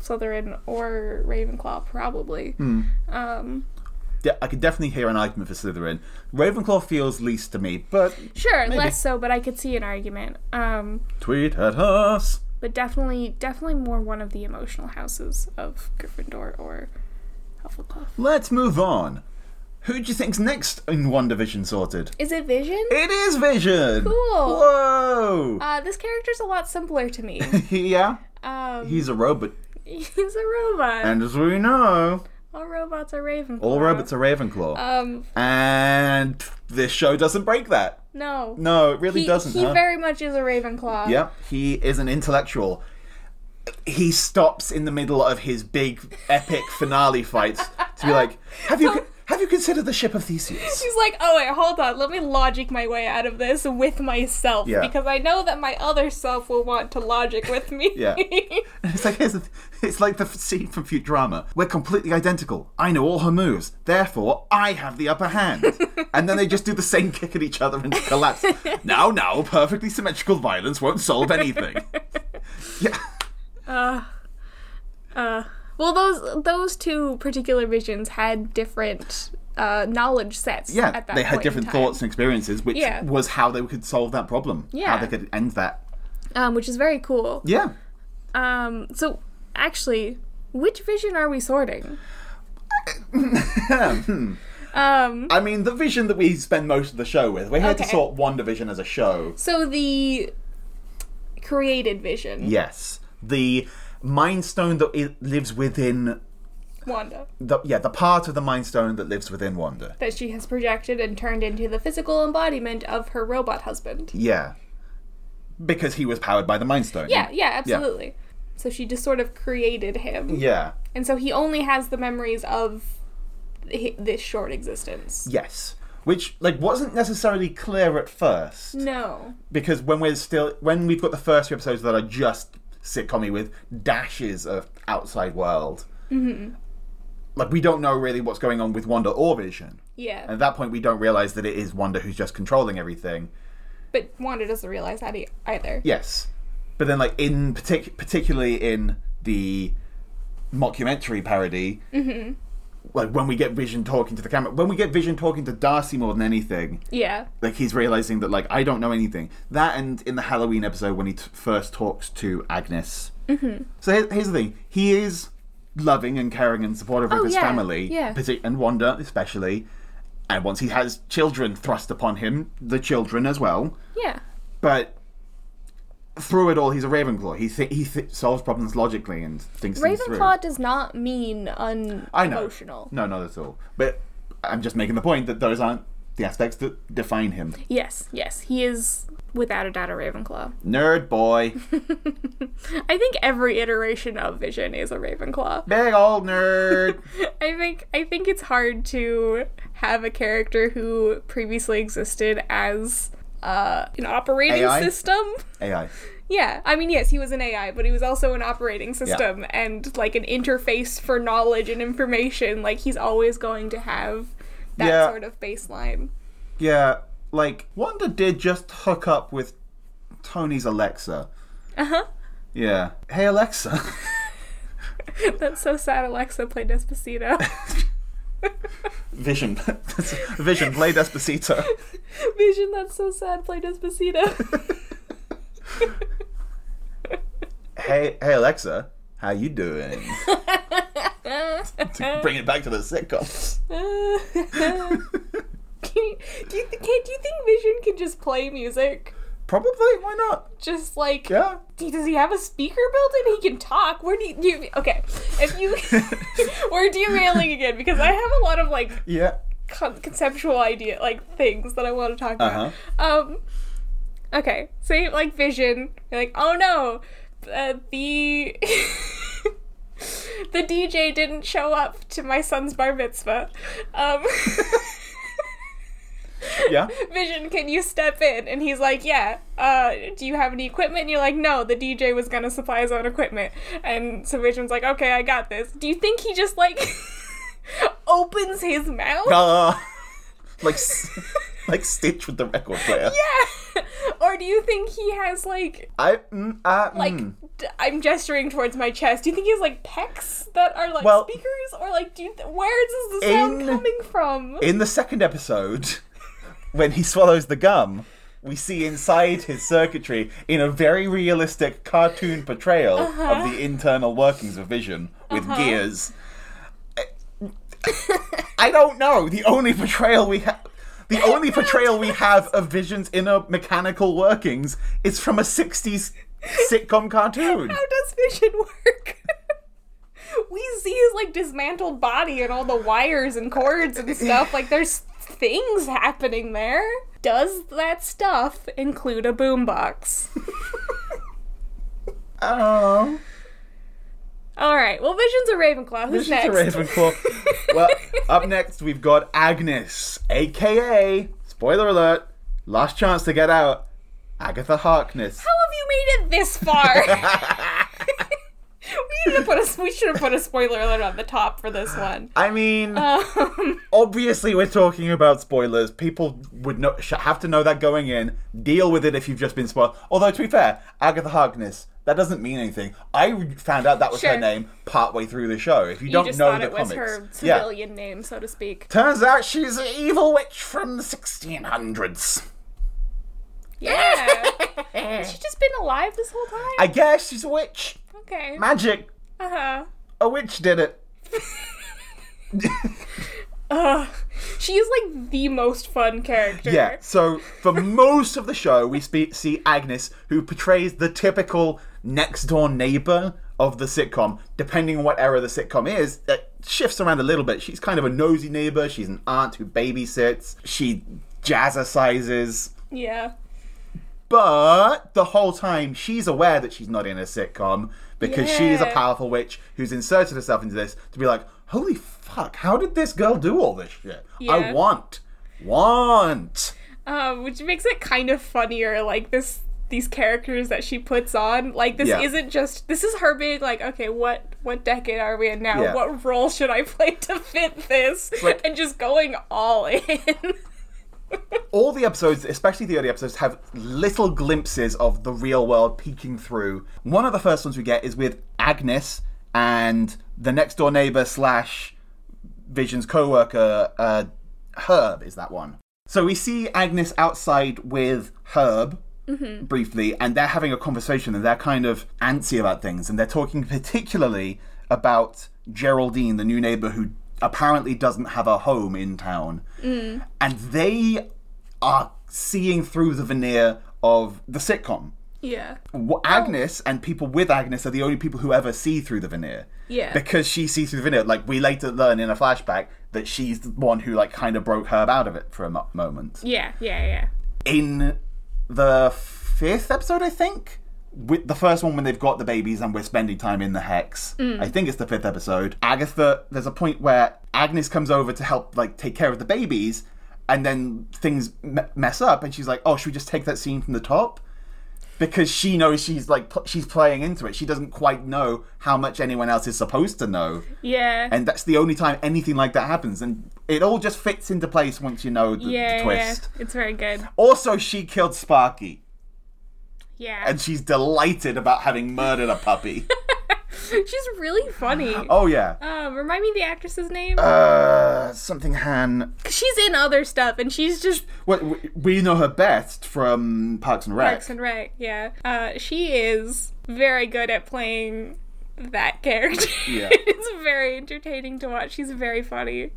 [SPEAKER 2] Slytherin or Ravenclaw probably. Um
[SPEAKER 1] Yeah, I could definitely hear an argument for Slytherin. Ravenclaw feels least to me, but
[SPEAKER 2] sure, less so, but I could see an argument. Um
[SPEAKER 1] tweet at us.
[SPEAKER 2] but definitely definitely more one of the emotional houses of Gryffindor or Hufflepuff.
[SPEAKER 1] Let's move on. Who do you think's next in One Division sorted?
[SPEAKER 2] Is it Vision?
[SPEAKER 1] It is Vision. Cool. Whoa.
[SPEAKER 2] Uh, this character's a lot simpler to me.
[SPEAKER 1] yeah,
[SPEAKER 2] Um,
[SPEAKER 1] he's a robot,
[SPEAKER 2] he's a robot.
[SPEAKER 1] and as we know,
[SPEAKER 2] all robots are Ravenclaw.
[SPEAKER 1] all robots are Ravenclaw,
[SPEAKER 2] Um,
[SPEAKER 1] and this show doesn't break that.
[SPEAKER 2] no.
[SPEAKER 1] No, it really
[SPEAKER 2] he,
[SPEAKER 1] doesn't.
[SPEAKER 2] He
[SPEAKER 1] huh?
[SPEAKER 2] very much is a Ravenclaw.
[SPEAKER 1] Yep, he is an intellectual. He stops in the middle of his big epic finale fights to be like, "Have you con- have you considered the ship of Theseus?"
[SPEAKER 2] He's like, oh wait, hold on, let me logic my way out of this with myself
[SPEAKER 1] Yeah.
[SPEAKER 2] because I know that my other self will want to logic with me.
[SPEAKER 1] Yeah. It's like here's the, it's like the scene from Futurama. We're completely identical. I know all her moves, therefore I have the upper hand. and then they just do the same kick at each other and collapse. now, now, perfectly symmetrical violence won't solve anything. yeah,
[SPEAKER 2] well, those those two particular visions had different uh, knowledge sets.
[SPEAKER 1] yeah.
[SPEAKER 2] at that
[SPEAKER 1] they had
[SPEAKER 2] point in
[SPEAKER 1] different
[SPEAKER 2] time.
[SPEAKER 1] thoughts and experiences, which
[SPEAKER 2] Yeah.
[SPEAKER 1] was how they could solve that problem.
[SPEAKER 2] Yeah.
[SPEAKER 1] how they could end that
[SPEAKER 2] um, which is very cool.
[SPEAKER 1] Yeah.
[SPEAKER 2] Um, so actually, which vision are we sorting?
[SPEAKER 1] Hmm.
[SPEAKER 2] um,
[SPEAKER 1] I mean, the vision that we spend most of the show with, we're here to
[SPEAKER 2] Okay.
[SPEAKER 1] sort one division as a show.
[SPEAKER 2] so the created vision,
[SPEAKER 1] Yes. The mind stone that it lives within
[SPEAKER 2] Wanda,
[SPEAKER 1] the yeah, the part of the mind stone that lives within Wanda.
[SPEAKER 2] that she has projected and turned into the physical embodiment of her robot husband.
[SPEAKER 1] Yeah. Because he was powered by the mind stone.
[SPEAKER 2] Yeah, yeah, absolutely. So she just sort of created him,
[SPEAKER 1] Yeah.
[SPEAKER 2] and so he only has the memories of hi- this short existence.
[SPEAKER 1] Yes. Which like wasn't necessarily clear at first.
[SPEAKER 2] No,
[SPEAKER 1] Because when we're still when we've got the first few episodes that are just sitcom with dashes of outside world. Mm-hmm. Like we don't know really what's going on with Wanda or Vision.
[SPEAKER 2] yeah,
[SPEAKER 1] At that point, we don't realize that it is Wanda who's just controlling everything.
[SPEAKER 2] but Wanda doesn't realize that e- either.
[SPEAKER 1] Yes, but then like in partic- particularly in the mockumentary parody, like when we get Vision talking to the camera, when we get Vision talking to Darcy more than anything,
[SPEAKER 2] yeah.
[SPEAKER 1] like he's realizing that like I don't know anything. That and in the Halloween episode when he t- first talks to Agnes. Mm-hmm. So here- here's the thing: he is loving and caring and supportive of his
[SPEAKER 2] Oh, yeah,
[SPEAKER 1] family,
[SPEAKER 2] yeah.
[SPEAKER 1] partic- and Wanda especially. And once he has children thrust upon him, the children as well.
[SPEAKER 2] Yeah.
[SPEAKER 1] But through it all, he's a Ravenclaw. He th- he th- solves problems logically and thinks things through.
[SPEAKER 2] Ravenclaw does not mean
[SPEAKER 1] I know. Mm.
[SPEAKER 2] unemotional.
[SPEAKER 1] No, not at all. But I'm just making the point that those aren't the aspects that define him.
[SPEAKER 2] Yes, yes, he is without a doubt a Ravenclaw.
[SPEAKER 1] Nerd boy.
[SPEAKER 2] I think every iteration of Vision is a Ravenclaw.
[SPEAKER 1] Big old nerd.
[SPEAKER 2] I think I think it's hard to have a character who previously existed as uh, an operating
[SPEAKER 1] AI?
[SPEAKER 2] system.
[SPEAKER 1] AI.
[SPEAKER 2] Yeah, I mean, yes, he was an AI, but he was also an operating system and like an interface for knowledge and information. Like he's always going to have that
[SPEAKER 1] Yeah.
[SPEAKER 2] sort of baseline.
[SPEAKER 1] Yeah, like Wanda did just hook up with Tony's Alexa. Uh huh. Yeah. Hey Alexa.
[SPEAKER 2] That's so sad. Alexa played Despacito.
[SPEAKER 1] Vision, Vision, play Despacito.
[SPEAKER 2] Vision, that's so sad. Play Despacito.
[SPEAKER 1] Hey, hey Alexa, how you doing? to bring it back to the sitcoms.
[SPEAKER 2] do, you, do you think- do you think Vision can just play music?
[SPEAKER 1] Probably, why not?
[SPEAKER 2] Just like
[SPEAKER 1] Yeah.
[SPEAKER 2] do- does he have a speaker built in? He can talk. Where do you, do you okay? If you we're derailing again because I have a lot of like
[SPEAKER 1] Yeah.
[SPEAKER 2] con- conceptual idea like things that I want to talk
[SPEAKER 1] Uh huh.
[SPEAKER 2] about. Um, okay, so you, like Vision, you're like, oh no, uh, the the DJ didn't show up to my son's bar mitzvah. Um.
[SPEAKER 1] Yeah.
[SPEAKER 2] Vision, can you step in? And he's like, Yeah. Uh, do you have any equipment? And you're like, No, the DJ was gonna supply his own equipment. And so Vision's like, Okay, I got this. Do you think he just like opens his mouth?
[SPEAKER 1] Uh, like, s- like Stitch with the record player.
[SPEAKER 2] Yeah. or do you think he has like
[SPEAKER 1] I, mm, uh,
[SPEAKER 2] like
[SPEAKER 1] mm.
[SPEAKER 2] d- I'm gesturing towards my chest. Do you think he has like pecs that are like
[SPEAKER 1] Well-
[SPEAKER 2] speakers, or like do you th- where is the sound
[SPEAKER 1] In-
[SPEAKER 2] coming from?
[SPEAKER 1] in the second episode, when he swallows the gum, we see inside his circuitry in a very realistic cartoon portrayal
[SPEAKER 2] Uh-huh.
[SPEAKER 1] of the internal workings of Vision with gears. I don't know. The only portrayal we have. The only portrayal we have of Vision's inner mechanical workings is from a 60s sitcom cartoon.
[SPEAKER 2] How does vision work? we see his like dismantled body and all the wires and cords and stuff. Like there's things happening there. Does that stuff include a boombox?
[SPEAKER 1] Oh.
[SPEAKER 2] all right. Well, Vision's a Ravenclaw. Who's
[SPEAKER 1] This is a
[SPEAKER 2] next?
[SPEAKER 1] Ravenclaw. well, up next we've got Agnes, aka spoiler alert, last chance to get out, Agatha Harkness.
[SPEAKER 2] How have you made it this far? we need to put a. We should have put a spoiler alert on the top for this one.
[SPEAKER 1] I mean,
[SPEAKER 2] Um,
[SPEAKER 1] obviously we're talking about spoilers. People would know, sh- have to know that going in. Deal with it if you've just been spoiled. Although to be fair, Agatha Harkness. That doesn't mean anything. I found out that was
[SPEAKER 2] Sure.
[SPEAKER 1] her name partway through the show. If you,
[SPEAKER 2] you
[SPEAKER 1] don't
[SPEAKER 2] just
[SPEAKER 1] know
[SPEAKER 2] thought
[SPEAKER 1] the
[SPEAKER 2] it was
[SPEAKER 1] comics,
[SPEAKER 2] her
[SPEAKER 1] yeah.
[SPEAKER 2] civilian name, so to speak.
[SPEAKER 1] Turns out she's an evil witch from the 1600s.
[SPEAKER 2] Yeah. Has she just been alive this whole time?
[SPEAKER 1] I guess she's a witch.
[SPEAKER 2] okay.
[SPEAKER 1] Magic.
[SPEAKER 2] Uh-huh.
[SPEAKER 1] A witch did it.
[SPEAKER 2] Ugh. She is like the most fun character.
[SPEAKER 1] Yeah. So for most of the show, we spe- see Agnes, who portrays the typical next door neighbor of the sitcom. Depending on what era the sitcom is, that shifts around a little bit. She's kind of a nosy neighbor. She's an aunt who babysits. She jazzercises.
[SPEAKER 2] Yeah.
[SPEAKER 1] But the whole time, she's aware that she's not in a sitcom because she's a
[SPEAKER 2] Yeah.
[SPEAKER 1] powerful witch who's inserted herself into this to be like, holy fuck, how did this girl do all this shit? I
[SPEAKER 2] Yeah.
[SPEAKER 1] want, want.
[SPEAKER 2] Um, which makes it kind of funnier, like this these characters that she puts on. Like this
[SPEAKER 1] Yeah.
[SPEAKER 2] isn't just this is her being like, okay, what what decade are we in now?
[SPEAKER 1] Yeah.
[SPEAKER 2] What role should I play to fit this?
[SPEAKER 1] Like-
[SPEAKER 2] and just going all in.
[SPEAKER 1] All the episodes, especially the early episodes, have little glimpses of the real world peeking through. One of the first ones we get is with Agnes and the next door neighbor slash Vision's co-worker, uh, Herb is that one. So we see Agnes outside with Herb briefly, and they're having a conversation, and they're kind of antsy about things, and they're talking particularly about Geraldine, the new neighbor who apparently doesn't have a home in town, and they are seeing through the veneer of the sitcom.
[SPEAKER 2] yeah.
[SPEAKER 1] Wh- Agnes and people with Agnes are the only people who ever see through the veneer.
[SPEAKER 2] Yeah.
[SPEAKER 1] Because she sees through the veneer. Like, we later learn in a flashback that she's the one who, like, kind of broke Herb out of it for a mo- moment.
[SPEAKER 2] Yeah, yeah, yeah.
[SPEAKER 1] In the fifth episode, I think, with the first one when they've got the babies and we're spending time in the hex.
[SPEAKER 2] Mm.
[SPEAKER 1] I think it's the fifth episode. Agatha, there's a point where Agnes comes over to help, like, take care of the babies, and then things me- mess up, and she's like, oh, should we just take that scene from the top? because she knows she's like pl- she's playing into it. She doesn't quite know how much anyone else is supposed to know,
[SPEAKER 2] Yeah.
[SPEAKER 1] and that's the only time anything like that happens. And it all just fits into place once you know the, the
[SPEAKER 2] yeah,
[SPEAKER 1] twist.
[SPEAKER 2] yeah. It's very good.
[SPEAKER 1] Also, she killed Sparky,
[SPEAKER 2] Yeah.
[SPEAKER 1] and she's delighted about having murdered a puppy.
[SPEAKER 2] She's really funny.
[SPEAKER 1] Oh yeah.
[SPEAKER 2] Um, remind me the actress's name.
[SPEAKER 1] Uh, something Han.
[SPEAKER 2] 'Cause she's in other stuff, and she's just
[SPEAKER 1] Well, w- we know her best from Parks and Rec.
[SPEAKER 2] Parks and Rec. Yeah, uh, she is very good at playing that character.
[SPEAKER 1] Yeah.
[SPEAKER 2] it's very entertaining to watch. She's very funny.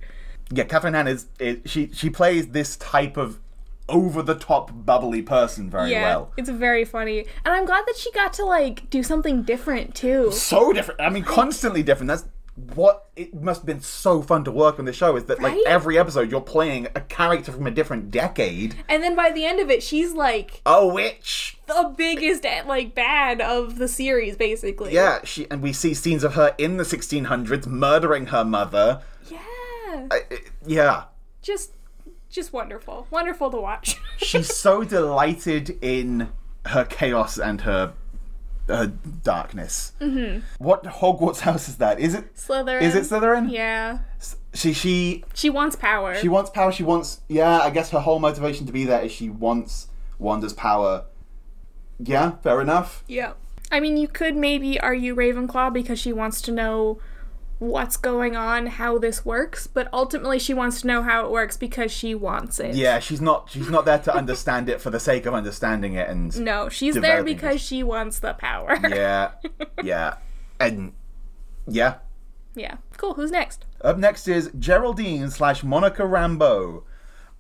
[SPEAKER 1] yeah, Catherine Han is, is she she plays this type of over the top bubbly person very
[SPEAKER 2] Yeah,
[SPEAKER 1] well.
[SPEAKER 2] it's very funny, and I'm glad that she got to like do something different too.
[SPEAKER 1] So different. I mean, constantly different. That's what it must have been so fun to work on the show is that like
[SPEAKER 2] Right?
[SPEAKER 1] every episode you're playing a character from a different decade.
[SPEAKER 2] And then by the end of it, she's like
[SPEAKER 1] A witch.
[SPEAKER 2] the biggest eh, like bad of the series, basically.
[SPEAKER 1] Yeah, she and we see scenes of her in the 1600s murdering her mother.
[SPEAKER 2] Yeah.
[SPEAKER 1] I- I- yeah.
[SPEAKER 2] just just wonderful. Wonderful to watch.
[SPEAKER 1] She's so delighted in her chaos and her her darkness. Mm-hmm. What Hogwarts house is that? Is it
[SPEAKER 2] Slytherin.
[SPEAKER 1] Is it Slytherin?
[SPEAKER 2] Um, Yeah.
[SPEAKER 1] She she
[SPEAKER 2] She wants power.
[SPEAKER 1] she wants power. She wants yeah. I guess her whole motivation to be there is she wants Wanda's power. Yeah, fair enough.
[SPEAKER 2] yeah. I mean, you could maybe argue Ravenclaw because she wants to know what's going on, how this works, but ultimately she wants to know how it works because she wants it.
[SPEAKER 1] Yeah, she's not she's not there to understand it for the sake of understanding it. And
[SPEAKER 2] No, she's there
[SPEAKER 1] Developing
[SPEAKER 2] because
[SPEAKER 1] it.
[SPEAKER 2] she wants the power.
[SPEAKER 1] yeah, yeah, and yeah.
[SPEAKER 2] Yeah. Cool. Who's next?
[SPEAKER 1] Up next is Geraldine slash Monica Rambo,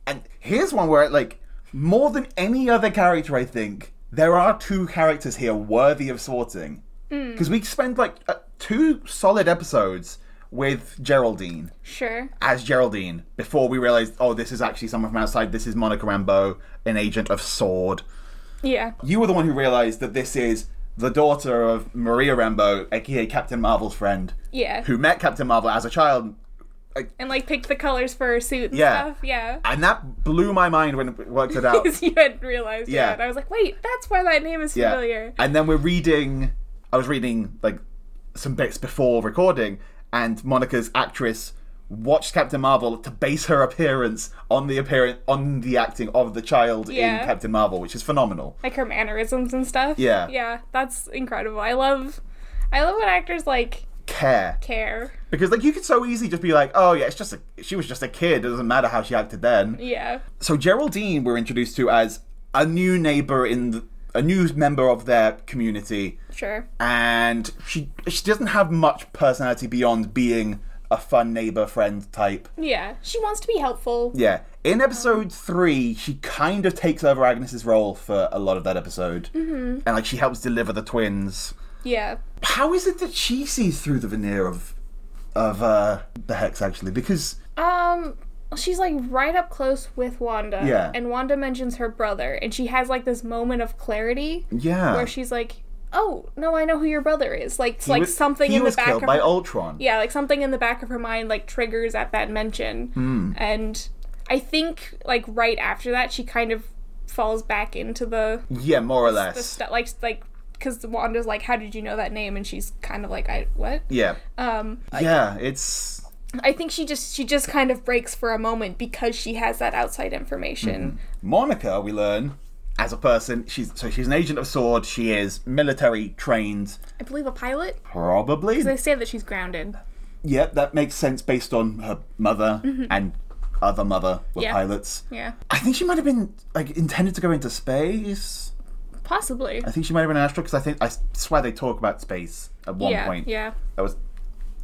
[SPEAKER 1] and here's one where like more than any other character, I think there are two characters here worthy of sorting because we spend like uh, two solid episodes with Geraldine
[SPEAKER 2] Sure.
[SPEAKER 1] as Geraldine before we realized oh this is actually someone from outside this is Monica Rambo an agent of Sword.
[SPEAKER 2] Yeah.
[SPEAKER 1] You were the one who realized that this is the daughter of Maria Rambo, aka Captain Marvel's friend,
[SPEAKER 2] Yeah.
[SPEAKER 1] who met Captain Marvel as a child
[SPEAKER 2] And like picked the colors for her suit and
[SPEAKER 1] Yeah.
[SPEAKER 2] stuff. Yeah.
[SPEAKER 1] and that blew my mind when it worked it out.
[SPEAKER 2] Because you hadn't realized
[SPEAKER 1] Yeah.
[SPEAKER 2] yet. I was like, wait, that's why that name is
[SPEAKER 1] yeah.
[SPEAKER 2] familiar.
[SPEAKER 1] And then we're reading. I was reading like some bits before recording, and Monica's actress watched Captain Marvel to base her appearance on the appearance on the acting of the child in
[SPEAKER 2] Yeah.
[SPEAKER 1] Captain Marvel, which is phenomenal.
[SPEAKER 2] like her mannerisms and stuff.
[SPEAKER 1] Yeah.
[SPEAKER 2] Yeah, that's incredible. I love I love when actors like
[SPEAKER 1] Care
[SPEAKER 2] care.
[SPEAKER 1] because like you could so easily just be like, oh yeah, it's just a, she was just a kid. It doesn't matter how she acted then.
[SPEAKER 2] Yeah.
[SPEAKER 1] So Geraldine we're introduced to as a new neighbor in the, a new member of their community.
[SPEAKER 2] Sure.
[SPEAKER 1] and she she doesn't have much personality beyond being a fun neighbor friend type.
[SPEAKER 2] Yeah. She wants to be helpful.
[SPEAKER 1] Yeah. In episode three, she kind of takes over Agnes's role for a lot of that episode, mm-hmm. and like she helps deliver the twins.
[SPEAKER 2] Yeah.
[SPEAKER 1] How is it that she sees through the veneer of of uh, the hex actually? Because
[SPEAKER 2] Um she's like right up close with Wanda.
[SPEAKER 1] Yeah.
[SPEAKER 2] And Wanda mentions her brother and she has like this moment of clarity
[SPEAKER 1] yeah,
[SPEAKER 2] where she's like, Oh, no, I know who your brother is. Like it's
[SPEAKER 1] He
[SPEAKER 2] like
[SPEAKER 1] was-
[SPEAKER 2] something
[SPEAKER 1] he
[SPEAKER 2] in the
[SPEAKER 1] was
[SPEAKER 2] back
[SPEAKER 1] killed
[SPEAKER 2] of
[SPEAKER 1] by
[SPEAKER 2] her-
[SPEAKER 1] Ultron.
[SPEAKER 2] yeah, like something in the back of her mind like triggers at that mention.
[SPEAKER 1] Hmm.
[SPEAKER 2] And I think like right after that she kind of falls back into the
[SPEAKER 1] Yeah, more or less.
[SPEAKER 2] the stuff like like because Wanda's like, "How did you know that name?" and she's kind of like, "I what?"
[SPEAKER 1] yeah,
[SPEAKER 2] Um,
[SPEAKER 1] yeah. It's
[SPEAKER 2] I think she just she just kind of breaks for a moment because she has that outside information.
[SPEAKER 1] Monica, we learn, as a person, she's so she's an agent of sword. She is military trained,
[SPEAKER 2] I believe a pilot.
[SPEAKER 1] probably.
[SPEAKER 2] They say that she's grounded.
[SPEAKER 1] Yep, that makes sense based on her mother and other mother were
[SPEAKER 2] Mm-hmm. Yeah.
[SPEAKER 1] pilots.
[SPEAKER 2] Yeah,
[SPEAKER 1] I think she might have been like intended to go into space.
[SPEAKER 2] possibly.
[SPEAKER 1] I think she might have been an astronaut because I think I s- swear they talk about space at one
[SPEAKER 2] Yeah,
[SPEAKER 1] point.
[SPEAKER 2] yeah.
[SPEAKER 1] that was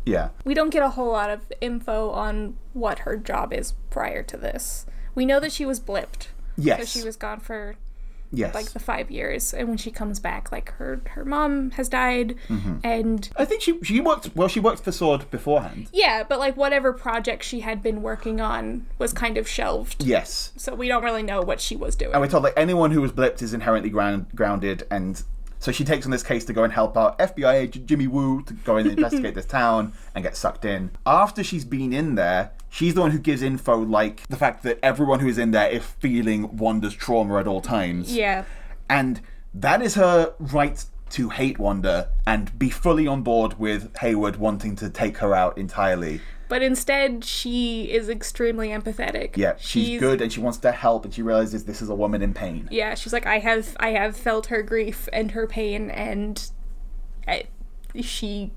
[SPEAKER 1] yeah.
[SPEAKER 2] We don't get a whole lot of info on what her job is prior to this. We know that she was blipped. So
[SPEAKER 1] Yes,
[SPEAKER 2] she was gone for
[SPEAKER 1] yes.
[SPEAKER 2] like the five years, and when she comes back, like her her mom has died, and
[SPEAKER 1] I think she she worked well. She worked for Sword beforehand.
[SPEAKER 2] Yeah, but like whatever project she had been working on was kind of shelved.
[SPEAKER 1] Yes,
[SPEAKER 2] So we don't really know what she was doing.
[SPEAKER 1] and we're told like anyone who was blipped is inherently ground, grounded, and so she takes on this case to go and help out FBI agent Jimmy Woo to go and investigate this town and get sucked in. After she's been in there, she's the one who gives info like the fact that everyone who is in there is feeling Wanda's trauma at all times.
[SPEAKER 2] yeah.
[SPEAKER 1] and that is her right to hate Wanda and be fully on board with Hayward wanting to take her out entirely.
[SPEAKER 2] But instead, she is extremely empathetic.
[SPEAKER 1] Yeah, she's, good and she wants to help, and she realizes this is a woman in pain.
[SPEAKER 2] Yeah, she's like I have I have felt her grief and her pain and I, she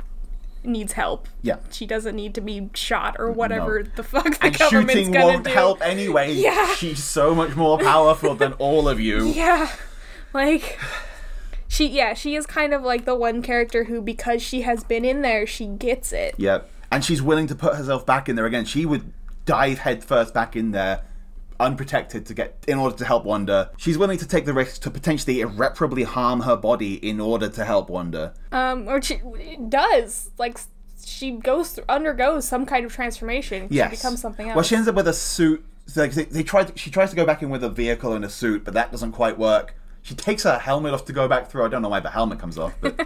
[SPEAKER 2] needs help.
[SPEAKER 1] Yeah.
[SPEAKER 2] She doesn't need to be shot or whatever the fuck the
[SPEAKER 1] And
[SPEAKER 2] government's
[SPEAKER 1] shooting
[SPEAKER 2] gonna
[SPEAKER 1] won't
[SPEAKER 2] do.
[SPEAKER 1] help anyway.
[SPEAKER 2] Yeah.
[SPEAKER 1] She's so much more powerful than all of you.
[SPEAKER 2] Yeah. Like she yeah, she is kind of like the one character who because she has been in there, she gets it.
[SPEAKER 1] Yeah. And she's willing to put herself back in there again. She would dive headfirst back in there unprotected to get in order to help Wanda. She's willing to take the risk to potentially irreparably harm her body in order to help Wanda.
[SPEAKER 2] Um or she does. Like she goes through, undergoes some kind of transformation.
[SPEAKER 1] Yes.
[SPEAKER 2] She becomes something else.
[SPEAKER 1] Well, she ends up with a suit. so, Like they, they tried, she tries to go back in with a vehicle and a suit, but that doesn't quite work. She takes her helmet off to go back through. I don't know why the helmet comes off, but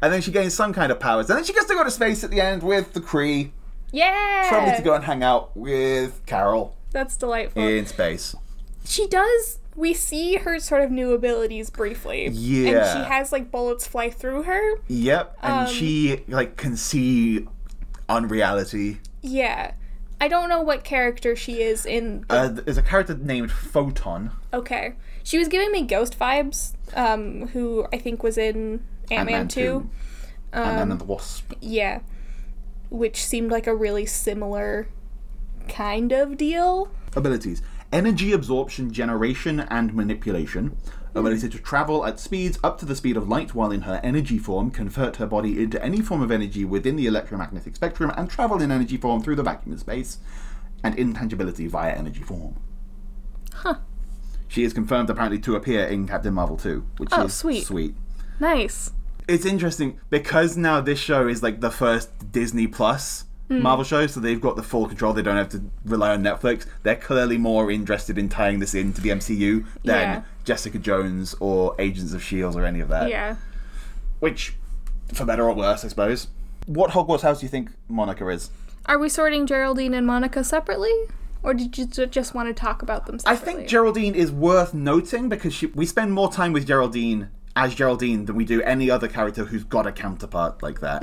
[SPEAKER 1] and then she gains some kind of powers, and then she gets to go to space at the end with the Kree,
[SPEAKER 2] yeah.
[SPEAKER 1] probably to go and hang out with Carol
[SPEAKER 2] That's delightful.
[SPEAKER 1] in space.
[SPEAKER 2] she does we see her sort of new abilities briefly. And
[SPEAKER 1] Yeah.
[SPEAKER 2] she has like bullets fly through her.
[SPEAKER 1] Yep, and
[SPEAKER 2] um,
[SPEAKER 1] she like can see unreality.
[SPEAKER 2] Yeah. I don't know what character she is in the
[SPEAKER 1] Uh, there's a character named Photon.
[SPEAKER 2] Okay. She was giving me ghost vibes, um, who I think was in Ant Man 2.
[SPEAKER 1] and
[SPEAKER 2] Um,
[SPEAKER 1] then the Wasp.
[SPEAKER 2] Yeah. Which seemed like a really similar kind of deal.
[SPEAKER 1] Abilities Energy absorption, generation, and manipulation. Ability to travel at speeds up to the speed of light while in her energy form, convert her body into any form of energy within the electromagnetic spectrum, and travel in energy form through the vacuum of space, and intangibility via energy form. Huh. She is confirmed apparently to appear in Captain Marvel 2, which
[SPEAKER 2] Oh,
[SPEAKER 1] is
[SPEAKER 2] sweet.
[SPEAKER 1] sweet.
[SPEAKER 2] Nice.
[SPEAKER 1] it's interesting because now this show is like the first Disney Plus
[SPEAKER 2] Hmm.
[SPEAKER 1] Marvel show, so they've got the full control. They don't have to rely on Netflix. They're clearly more interested in tying this into the MCU than
[SPEAKER 2] Yeah.
[SPEAKER 1] Jessica Jones or Agents of Shield or any of that.
[SPEAKER 2] Yeah.
[SPEAKER 1] Which, for better or worse, I suppose. What Hogwarts house do you think Monica is?
[SPEAKER 2] Are we sorting Geraldine and Monica separately? Or did you ju- just want to talk about them
[SPEAKER 1] I
[SPEAKER 2] separately?
[SPEAKER 1] think Geraldine is worth noting because she, we spend more time with Geraldine as Geraldine than we do any other character who's got a counterpart like that.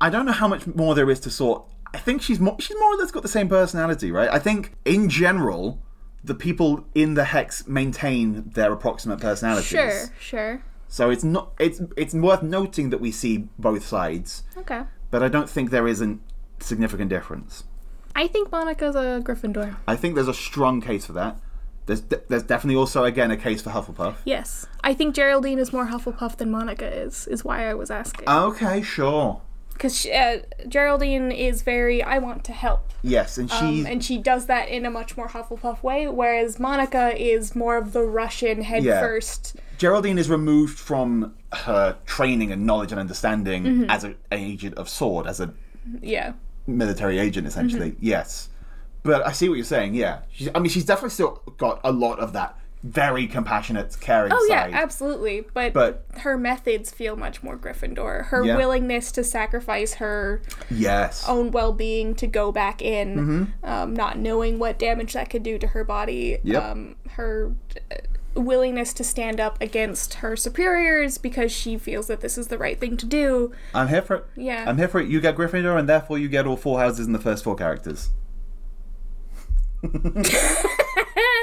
[SPEAKER 1] I don't know how much more there is to sort. I think she's more she's more or less got the same personality, right? I think in general, the people in the hex maintain their approximate personalities.
[SPEAKER 2] Sure, sure.
[SPEAKER 1] So it's not it's it's worth noting that we see both sides,
[SPEAKER 2] Okay.
[SPEAKER 1] but I don't think there is a significant difference.
[SPEAKER 2] I think Monica's a Gryffindor.
[SPEAKER 1] I think there's a strong case for that. There's de- there's definitely also again a case for Hufflepuff.
[SPEAKER 2] Yes. I think Geraldine is more Hufflepuff than Monica is, is why I was asking.
[SPEAKER 1] Okay, sure.
[SPEAKER 2] Because uh, Geraldine is very, I want to help.
[SPEAKER 1] Yes, and she
[SPEAKER 2] Um, and she does that in a much more Hufflepuff way, whereas Monica is more of the Russian head
[SPEAKER 1] Yeah.
[SPEAKER 2] first.
[SPEAKER 1] Geraldine is removed from her training and knowledge and understanding
[SPEAKER 2] Mm-hmm.
[SPEAKER 1] as a, an agent of sword, as a
[SPEAKER 2] Yeah.
[SPEAKER 1] military agent essentially.
[SPEAKER 2] Mm-hmm.
[SPEAKER 1] Yes, but I see what you're saying. Yeah, she's, I mean she's definitely still got a lot of that very compassionate, caring
[SPEAKER 2] Oh yeah,
[SPEAKER 1] side.
[SPEAKER 2] absolutely. But,
[SPEAKER 1] But-
[SPEAKER 2] her methods feel much more Gryffindor. Her
[SPEAKER 1] Yeah.
[SPEAKER 2] willingness to sacrifice her
[SPEAKER 1] yes,
[SPEAKER 2] own well-being to go back in, um, not knowing what damage that could do to her body.
[SPEAKER 1] Mm-hmm. Yep.
[SPEAKER 2] Um, her uh, willingness to stand up against her superiors because she feels that this is the right thing to do.
[SPEAKER 1] I'm here for it.
[SPEAKER 2] Yeah.
[SPEAKER 1] I'm here for it. You get Gryffindor, and therefore you get all four houses in the first four characters.
[SPEAKER 2] Ah,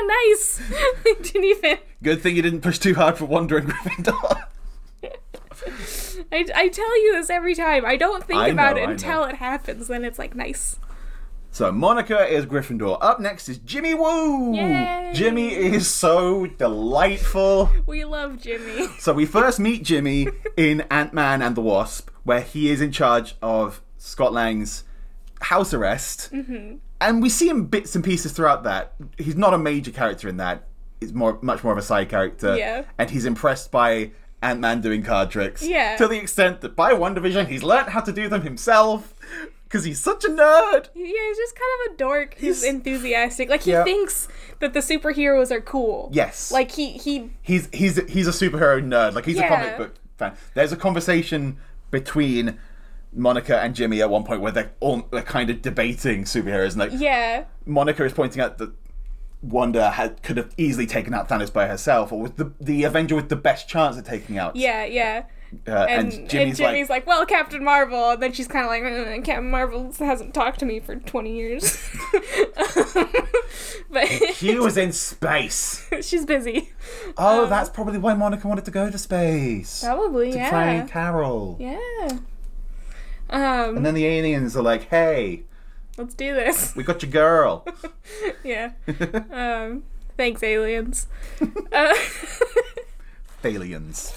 [SPEAKER 2] nice. I didn't even.
[SPEAKER 1] Good thing you didn't push too hard for Wonder and Gryffindor.
[SPEAKER 2] I, I tell you this every time. I don't think
[SPEAKER 1] I
[SPEAKER 2] about
[SPEAKER 1] know,
[SPEAKER 2] it
[SPEAKER 1] I
[SPEAKER 2] until
[SPEAKER 1] know.
[SPEAKER 2] it happens. Then it's like, nice.
[SPEAKER 1] So Monica is Gryffindor. Up next is Jimmy Woo.
[SPEAKER 2] Yay.
[SPEAKER 1] Jimmy is so delightful.
[SPEAKER 2] We love Jimmy.
[SPEAKER 1] So we first meet Jimmy in Ant Man and the Wasp, where he is in charge of Scott Lang's house arrest,
[SPEAKER 2] Mm-hmm.
[SPEAKER 1] and we see him bits and pieces throughout that. He's not a major character in that. He's more, much more of a side character.
[SPEAKER 2] Yeah.
[SPEAKER 1] And he's impressed by Ant Man doing card tricks.
[SPEAKER 2] Yeah.
[SPEAKER 1] To the extent that by One Division, he's learnt how to do them himself because he's such a nerd.
[SPEAKER 2] yeah, he's just kind of a dork. He's,
[SPEAKER 1] He's-
[SPEAKER 2] enthusiastic. Like he
[SPEAKER 1] Yeah.
[SPEAKER 2] thinks that the superheroes are cool.
[SPEAKER 1] Yes.
[SPEAKER 2] Like he he
[SPEAKER 1] he's he's he's a superhero nerd. Like he's
[SPEAKER 2] Yeah.
[SPEAKER 1] a comic book fan. There's a conversation between Monica and Jimmy at one point where they're all they're kind of debating superheroes, and like
[SPEAKER 2] yeah.
[SPEAKER 1] Monica is pointing out that Wanda had could have easily taken out Thanos by herself, or was the the Avenger with the best chance at taking out.
[SPEAKER 2] Yeah, yeah.
[SPEAKER 1] uh,
[SPEAKER 2] And, and Jimmy's, like, well, Captain Marvel. And then she's kind of like, "Mm, Captain Marvel hasn't talked to me for 20 years. but
[SPEAKER 1] she was in space.
[SPEAKER 2] she's busy.
[SPEAKER 1] Oh, that's probably why Monica wanted to go to space.
[SPEAKER 2] Probably,
[SPEAKER 1] to
[SPEAKER 2] Oh, yeah.
[SPEAKER 1] try and Carol.
[SPEAKER 2] Yeah. Um,
[SPEAKER 1] And then the aliens are like, hey,
[SPEAKER 2] let's do this.
[SPEAKER 1] we got your girl.
[SPEAKER 2] Yeah. um, thanks, aliens. uh,
[SPEAKER 1] aliens.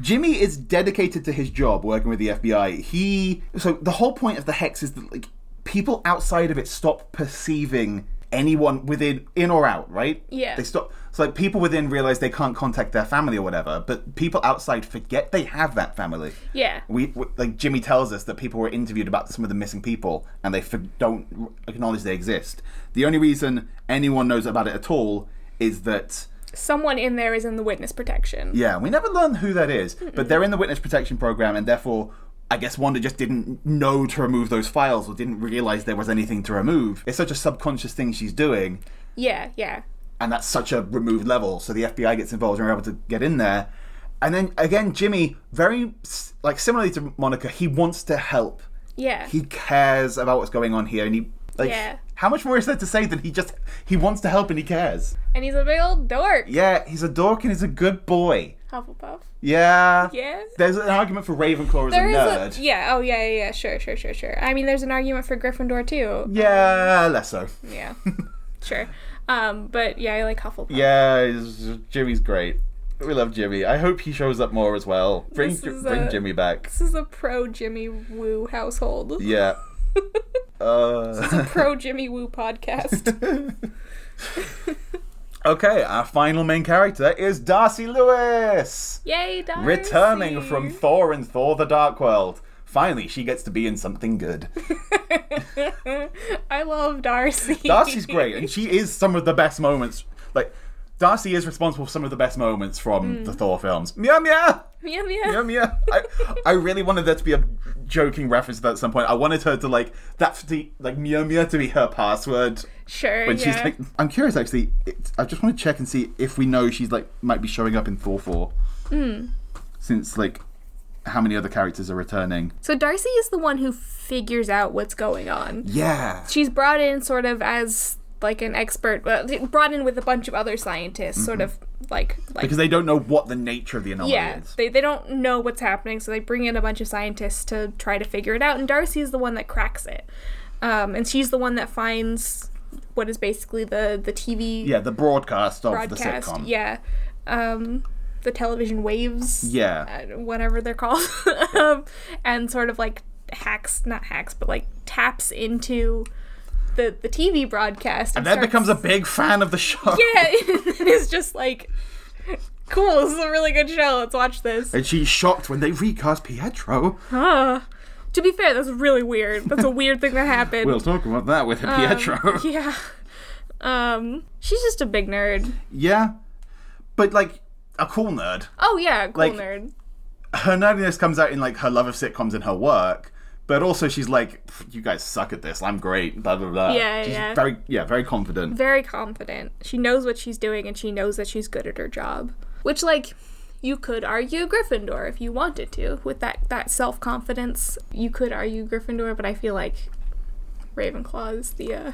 [SPEAKER 1] Jimmy is dedicated to his job working with the FBI. He so the whole point of the hex is that like people outside of it stop perceiving anyone within in or out, right?
[SPEAKER 2] Yeah.
[SPEAKER 1] They stop so like people within realize they can't contact their family or whatever, but people outside forget they have that family.
[SPEAKER 2] yeah.
[SPEAKER 1] We, we like Jimmy tells us that people were interviewed about some of the missing people and they for, don't acknowledge they exist. The only reason anyone knows about it at all is that
[SPEAKER 2] Someone in there is in the witness protection.
[SPEAKER 1] yeah, we never learn who that is, but they're in the witness protection program, and therefore, I guess Wanda just didn't know to remove those files or didn't realize there was anything to remove. It's such a subconscious thing she's doing,
[SPEAKER 2] Yeah, yeah.
[SPEAKER 1] and that's such a removed level. So the FBI gets involved and we're able to get in there. And then again, Jimmy, very s- like similarly to Monica, he wants to help.
[SPEAKER 2] Yeah.
[SPEAKER 1] He cares about what's going on here, and he like.
[SPEAKER 2] Yeah.
[SPEAKER 1] How much more is there to say that he just he wants to help and he cares?
[SPEAKER 2] and he's a big old dork.
[SPEAKER 1] Yeah, he's a dork and he's a good boy.
[SPEAKER 2] Hufflepuff.
[SPEAKER 1] Yeah.
[SPEAKER 2] Yeah.
[SPEAKER 1] There's an argument for Ravenclaw as
[SPEAKER 2] There
[SPEAKER 1] a
[SPEAKER 2] is
[SPEAKER 1] nerd.
[SPEAKER 2] a yeah. Oh yeah, yeah, yeah. Sure, sure, sure, sure. I mean, there's an argument for Gryffindor too.
[SPEAKER 1] yeah, less so.
[SPEAKER 2] Yeah, sure. Um, but yeah, I like Hufflepuff.
[SPEAKER 1] Yeah, he's- Jimmy's great. We love Jimmy. I hope he shows up more as well. Bring
[SPEAKER 2] This
[SPEAKER 1] Ji-
[SPEAKER 2] is
[SPEAKER 1] bring
[SPEAKER 2] a-
[SPEAKER 1] Jimmy back.
[SPEAKER 2] This is a pro Jimmy Woo household.
[SPEAKER 1] Yeah. uh,
[SPEAKER 2] Pro Jimmy Woo podcast.
[SPEAKER 1] okay, our final main character is Darcy Lewis,
[SPEAKER 2] Yay, Darcy.
[SPEAKER 1] returning from Thor and Thor: The Dark World. Finally, she gets to be in something good.
[SPEAKER 2] I love Darcy.
[SPEAKER 1] Darcy's great, and she is some of the best moments. Like, Darcy is responsible for some of the best moments from
[SPEAKER 2] Hmm.
[SPEAKER 1] the Thor films. Meow meow.
[SPEAKER 2] yeah, yeah.
[SPEAKER 1] Yum yeah. I, I really wanted there to be a joking reference to that at some point. I wanted her to like that for the like Mia Mia to be her password
[SPEAKER 2] Sure.
[SPEAKER 1] when
[SPEAKER 2] yeah.
[SPEAKER 1] she's like. I'm curious actually. It's, I just want to check and see if we know she's like might be showing up in Thor four.
[SPEAKER 2] Hmm.
[SPEAKER 1] Since like how many other characters are returning?
[SPEAKER 2] so Darcy is the one who figures out what's going on.
[SPEAKER 1] Yeah.
[SPEAKER 2] she's brought in sort of as like an expert, well, brought in with a bunch of other scientists, sort of like like
[SPEAKER 1] Mm-hmm. Because they don't know what the nature of the anomaly
[SPEAKER 2] yeah,
[SPEAKER 1] is.
[SPEAKER 2] they they don't know what's happening, so they bring in a bunch of scientists to try to figure it out. And Darcy is the one that cracks it, um, and she's the one that finds what is basically the the TV
[SPEAKER 1] Yeah, the broadcast of
[SPEAKER 2] broadcast,
[SPEAKER 1] the sitcom.
[SPEAKER 2] yeah, um, the television waves,
[SPEAKER 1] Yeah.
[SPEAKER 2] uh, whatever they're called, um, and sort of like hacks, not hacks, but like taps into the the TV broadcast,
[SPEAKER 1] and then becomes a big fan of the show.
[SPEAKER 2] yeah, it is just like cool. This is a really good show. Let's watch this.
[SPEAKER 1] And she's shocked when they recast Pietro.
[SPEAKER 2] Huh. To be fair, that's really weird. That's a weird thing that happened.
[SPEAKER 1] We'll talk about that with
[SPEAKER 2] Um,
[SPEAKER 1] Pietro.
[SPEAKER 2] yeah. Um, she's just a big nerd.
[SPEAKER 1] Yeah, but like a cool nerd.
[SPEAKER 2] Oh yeah, cool
[SPEAKER 1] Like-
[SPEAKER 2] nerd.
[SPEAKER 1] Her nerdiness comes out in like her love of sitcoms and her work, but also she's like, "You guys suck at this. I'm great." Blah blah blah.
[SPEAKER 2] Yeah,
[SPEAKER 1] she's
[SPEAKER 2] yeah.
[SPEAKER 1] Very yeah, very confident.
[SPEAKER 2] very confident. She knows what she's doing and she knows that she's good at her job. Which like you could argue Gryffindor if you wanted to. With that that self-confidence, you could argue Gryffindor, but I feel like Ravenclaw is the uh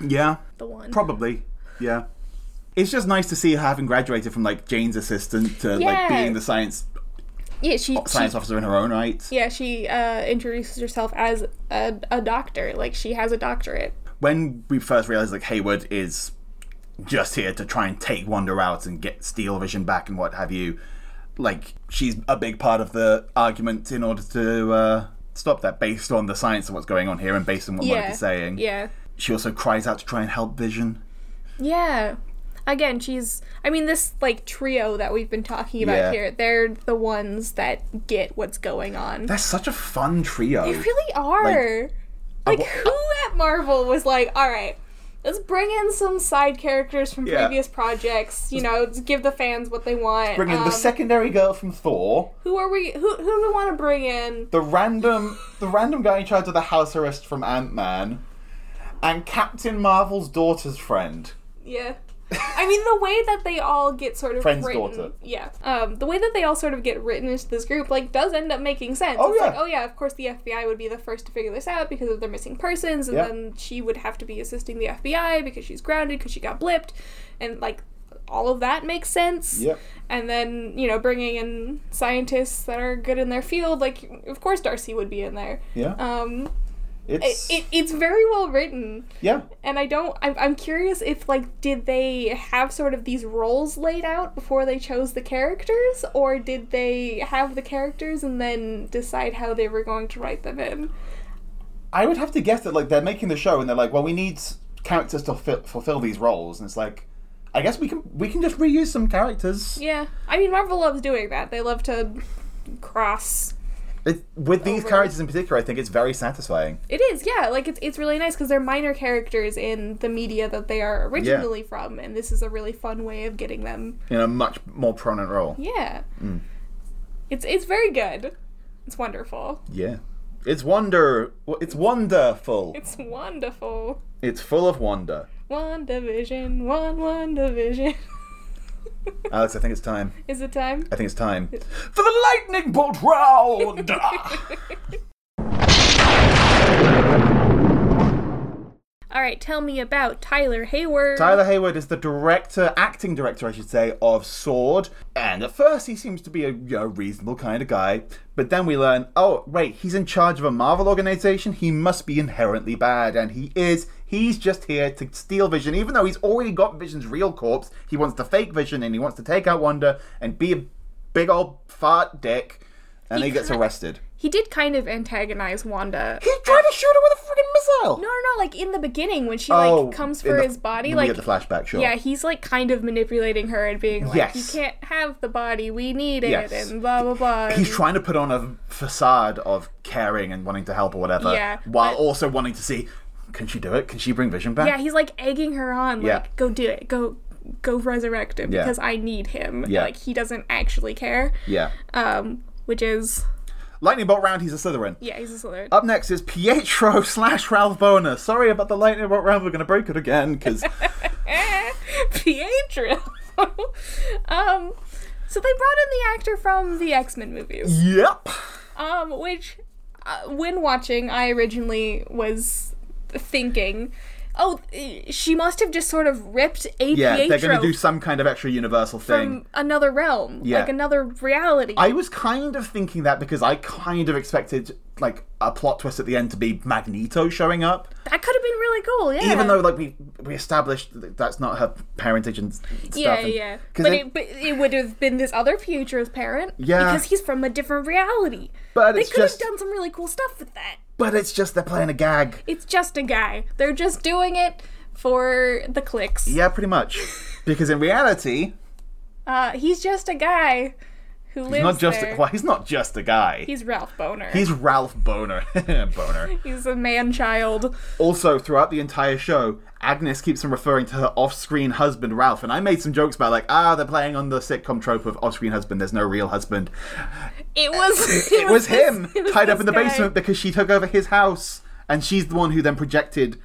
[SPEAKER 1] yeah,
[SPEAKER 2] the one.
[SPEAKER 1] probably. Yeah, it's just nice to see her having graduated from like Jane's assistant to like
[SPEAKER 2] Yeah.
[SPEAKER 1] being the science
[SPEAKER 2] yeah, she, she
[SPEAKER 1] Oh, science officer in her own right.
[SPEAKER 2] yeah, she uh, introduces herself as a, a doctor. Like she has a doctorate.
[SPEAKER 1] When we first realized like Hayward is just here to try and take Wonder out and get Steel Vision back and what have you. Like she's a big part of the argument in order to uh, stop that, based on the science of what's going on here and based on what
[SPEAKER 2] Yeah.
[SPEAKER 1] Monica's saying.
[SPEAKER 2] Yeah.
[SPEAKER 1] She also cries out to try and help Vision.
[SPEAKER 2] Yeah. Again, she's I mean this like trio that we've been talking about
[SPEAKER 1] Yeah.
[SPEAKER 2] here, they're the ones that get what's going on.
[SPEAKER 1] They're such a fun trio.
[SPEAKER 2] They really
[SPEAKER 1] uh,
[SPEAKER 2] are. Like,
[SPEAKER 1] wa-
[SPEAKER 2] who at Marvel was like, all right, let's bring in some side characters from
[SPEAKER 1] Yeah.
[SPEAKER 2] previous projects. You know, to give the fans what they want.
[SPEAKER 1] Bringing the
[SPEAKER 2] Um,
[SPEAKER 1] secondary girl from Thor,
[SPEAKER 2] who are we? Who who do we want to bring in?
[SPEAKER 1] the random, the random guy in charge of the house arrest from Ant Man, and Captain Marvel's daughter's friend.
[SPEAKER 2] Yeah. I mean, the way that they all get sort of
[SPEAKER 1] Friend's
[SPEAKER 2] written,
[SPEAKER 1] daughter.
[SPEAKER 2] yeah, um, the way that they all sort of get written into this group, like, does end up making sense.
[SPEAKER 1] Oh,
[SPEAKER 2] it's
[SPEAKER 1] yeah.
[SPEAKER 2] like, oh yeah, of course the FBI would be the first to figure this out because of their missing persons, and
[SPEAKER 1] Yeah.
[SPEAKER 2] then she would have to be assisting the FBI because she's grounded because she got blipped, and like, all of that makes sense.
[SPEAKER 1] Yep.
[SPEAKER 2] And then, you know, bringing in scientists that are good in their field, like, of course Darcy would be in there.
[SPEAKER 1] Yeah.
[SPEAKER 2] Um, it,
[SPEAKER 1] it's
[SPEAKER 2] it, it's very well written.
[SPEAKER 1] yeah.
[SPEAKER 2] And I don't, I'm, I'm curious if, like, did they have sort of these roles laid out before they chose the characters? Or did they have the characters and then decide how they were going to write them in?
[SPEAKER 1] I would have to guess that like they're making the show and they're like, well, we need s- characters to fi- fulfill these roles, and it's like, I guess we can we can just reuse some characters
[SPEAKER 2] Yeah. I mean, Marvel loves doing that. They love to cross
[SPEAKER 1] it, with these
[SPEAKER 2] Over-
[SPEAKER 1] characters in particular. I think it's very satisfying.
[SPEAKER 2] It is, yeah. Like it's it's really nice because they're minor characters in the media that they are originally from, and this is a really fun way of getting them.
[SPEAKER 1] in a much more prominent role.
[SPEAKER 2] Yeah, it's it's very good. It's wonderful.
[SPEAKER 1] Yeah. It's wonder. well, It's wonderful.
[SPEAKER 2] It's wonderful.
[SPEAKER 1] It's full of wonder.
[SPEAKER 2] One division, one one division.
[SPEAKER 1] Alex, I think it's time.
[SPEAKER 2] is it time?
[SPEAKER 1] I think it's time for the lightning bolt round.
[SPEAKER 2] All right, tell me about Tyler Hayward.
[SPEAKER 1] Tyler Hayward is the director, acting director, I should say, of Sword. And at first, he seems to be a you know, reasonable kind of guy. But then we learn, oh wait, he's in charge of a Marvel organization. He must be inherently bad, and he is. He's just here to steal Vision, even though he's already got Vision's real corpse. He wants to fake Vision, and he wants to take out Wonder and be a big old fart dick. And he, gets arrested.
[SPEAKER 2] He did kind of antagonize Wanda.
[SPEAKER 1] He's trying to shoot her with a freaking missile.
[SPEAKER 2] No, no, no! Like in the beginning when she like
[SPEAKER 1] Oh,
[SPEAKER 2] comes
[SPEAKER 1] in
[SPEAKER 2] for
[SPEAKER 1] the-
[SPEAKER 2] his body,
[SPEAKER 1] when
[SPEAKER 2] like
[SPEAKER 1] we get the flashback. Sure.
[SPEAKER 2] Yeah, he's like kind of manipulating her and being like,
[SPEAKER 1] Yes.
[SPEAKER 2] "You can't have the body. We need it,"
[SPEAKER 1] Yes.
[SPEAKER 2] and blah blah blah.
[SPEAKER 1] he's
[SPEAKER 2] and-
[SPEAKER 1] trying to put on a facade of caring and wanting to help or whatever,
[SPEAKER 2] Yeah,
[SPEAKER 1] while
[SPEAKER 2] but-
[SPEAKER 1] also wanting to see can she do it? Can she bring Vision back?
[SPEAKER 2] yeah, he's like egging her on, like,
[SPEAKER 1] Yeah.
[SPEAKER 2] "Go do it. Go, go resurrect him
[SPEAKER 1] Yeah.
[SPEAKER 2] because I need him."
[SPEAKER 1] Yeah.
[SPEAKER 2] Like he doesn't actually care.
[SPEAKER 1] Yeah.
[SPEAKER 2] Um, which is
[SPEAKER 1] Lightning bolt round. He's a Slytherin.
[SPEAKER 2] yeah, he's a Slytherin.
[SPEAKER 1] Up next is Pietro slash Ralph Boner. Sorry about the lightning bolt round. We're gonna break it again because
[SPEAKER 2] Eh, Pietro. um, so they brought in the actor from the X Men movies.
[SPEAKER 1] yep.
[SPEAKER 2] Um, which, uh, when watching, I originally was thinking, oh, eh, she must have just sort of ripped a
[SPEAKER 1] Yeah, they're
[SPEAKER 2] Pietro
[SPEAKER 1] gonna do some kind of extra universal thing.
[SPEAKER 2] from another realm,
[SPEAKER 1] Yeah.
[SPEAKER 2] like another reality.
[SPEAKER 1] I was kind of thinking that because I kind of expected like a plot twist at the end to be Magneto showing up,
[SPEAKER 2] that could have been really cool, yeah.
[SPEAKER 1] even though like we we established that that's not her parentage and s- stuff.
[SPEAKER 2] Yeah,
[SPEAKER 1] and-
[SPEAKER 2] yeah.
[SPEAKER 1] 'cause
[SPEAKER 2] But
[SPEAKER 1] they-
[SPEAKER 2] it, but it would have been this other Pietro's parent.
[SPEAKER 1] Yeah.
[SPEAKER 2] Because he's from a different reality.
[SPEAKER 1] But
[SPEAKER 2] they
[SPEAKER 1] it's
[SPEAKER 2] could have
[SPEAKER 1] just-
[SPEAKER 2] done some really cool stuff with that.
[SPEAKER 1] But it's just they're playing a gag.
[SPEAKER 2] It's just a guy. They're just doing it for the clicks.
[SPEAKER 1] Yeah, pretty much. Because in reality,
[SPEAKER 2] Uh, he's just a guy who lives
[SPEAKER 1] not just
[SPEAKER 2] there.
[SPEAKER 1] a, well, he's not just a guy.
[SPEAKER 2] He's Ralph Boner.
[SPEAKER 1] He's Ralph Boner. Boner.
[SPEAKER 2] He's a man child.
[SPEAKER 1] Also, throughout the entire show, Agnes keeps on referring to her off-screen husband Ralph, and I made some jokes about like, ah, they're playing on the sitcom trope of off-screen husband. There's no real husband.
[SPEAKER 2] It was.
[SPEAKER 1] Uh, It was
[SPEAKER 2] this-
[SPEAKER 1] him
[SPEAKER 2] it was
[SPEAKER 1] tied up in the
[SPEAKER 2] this guy.
[SPEAKER 1] basement because she took over his house, and she's the one who then projected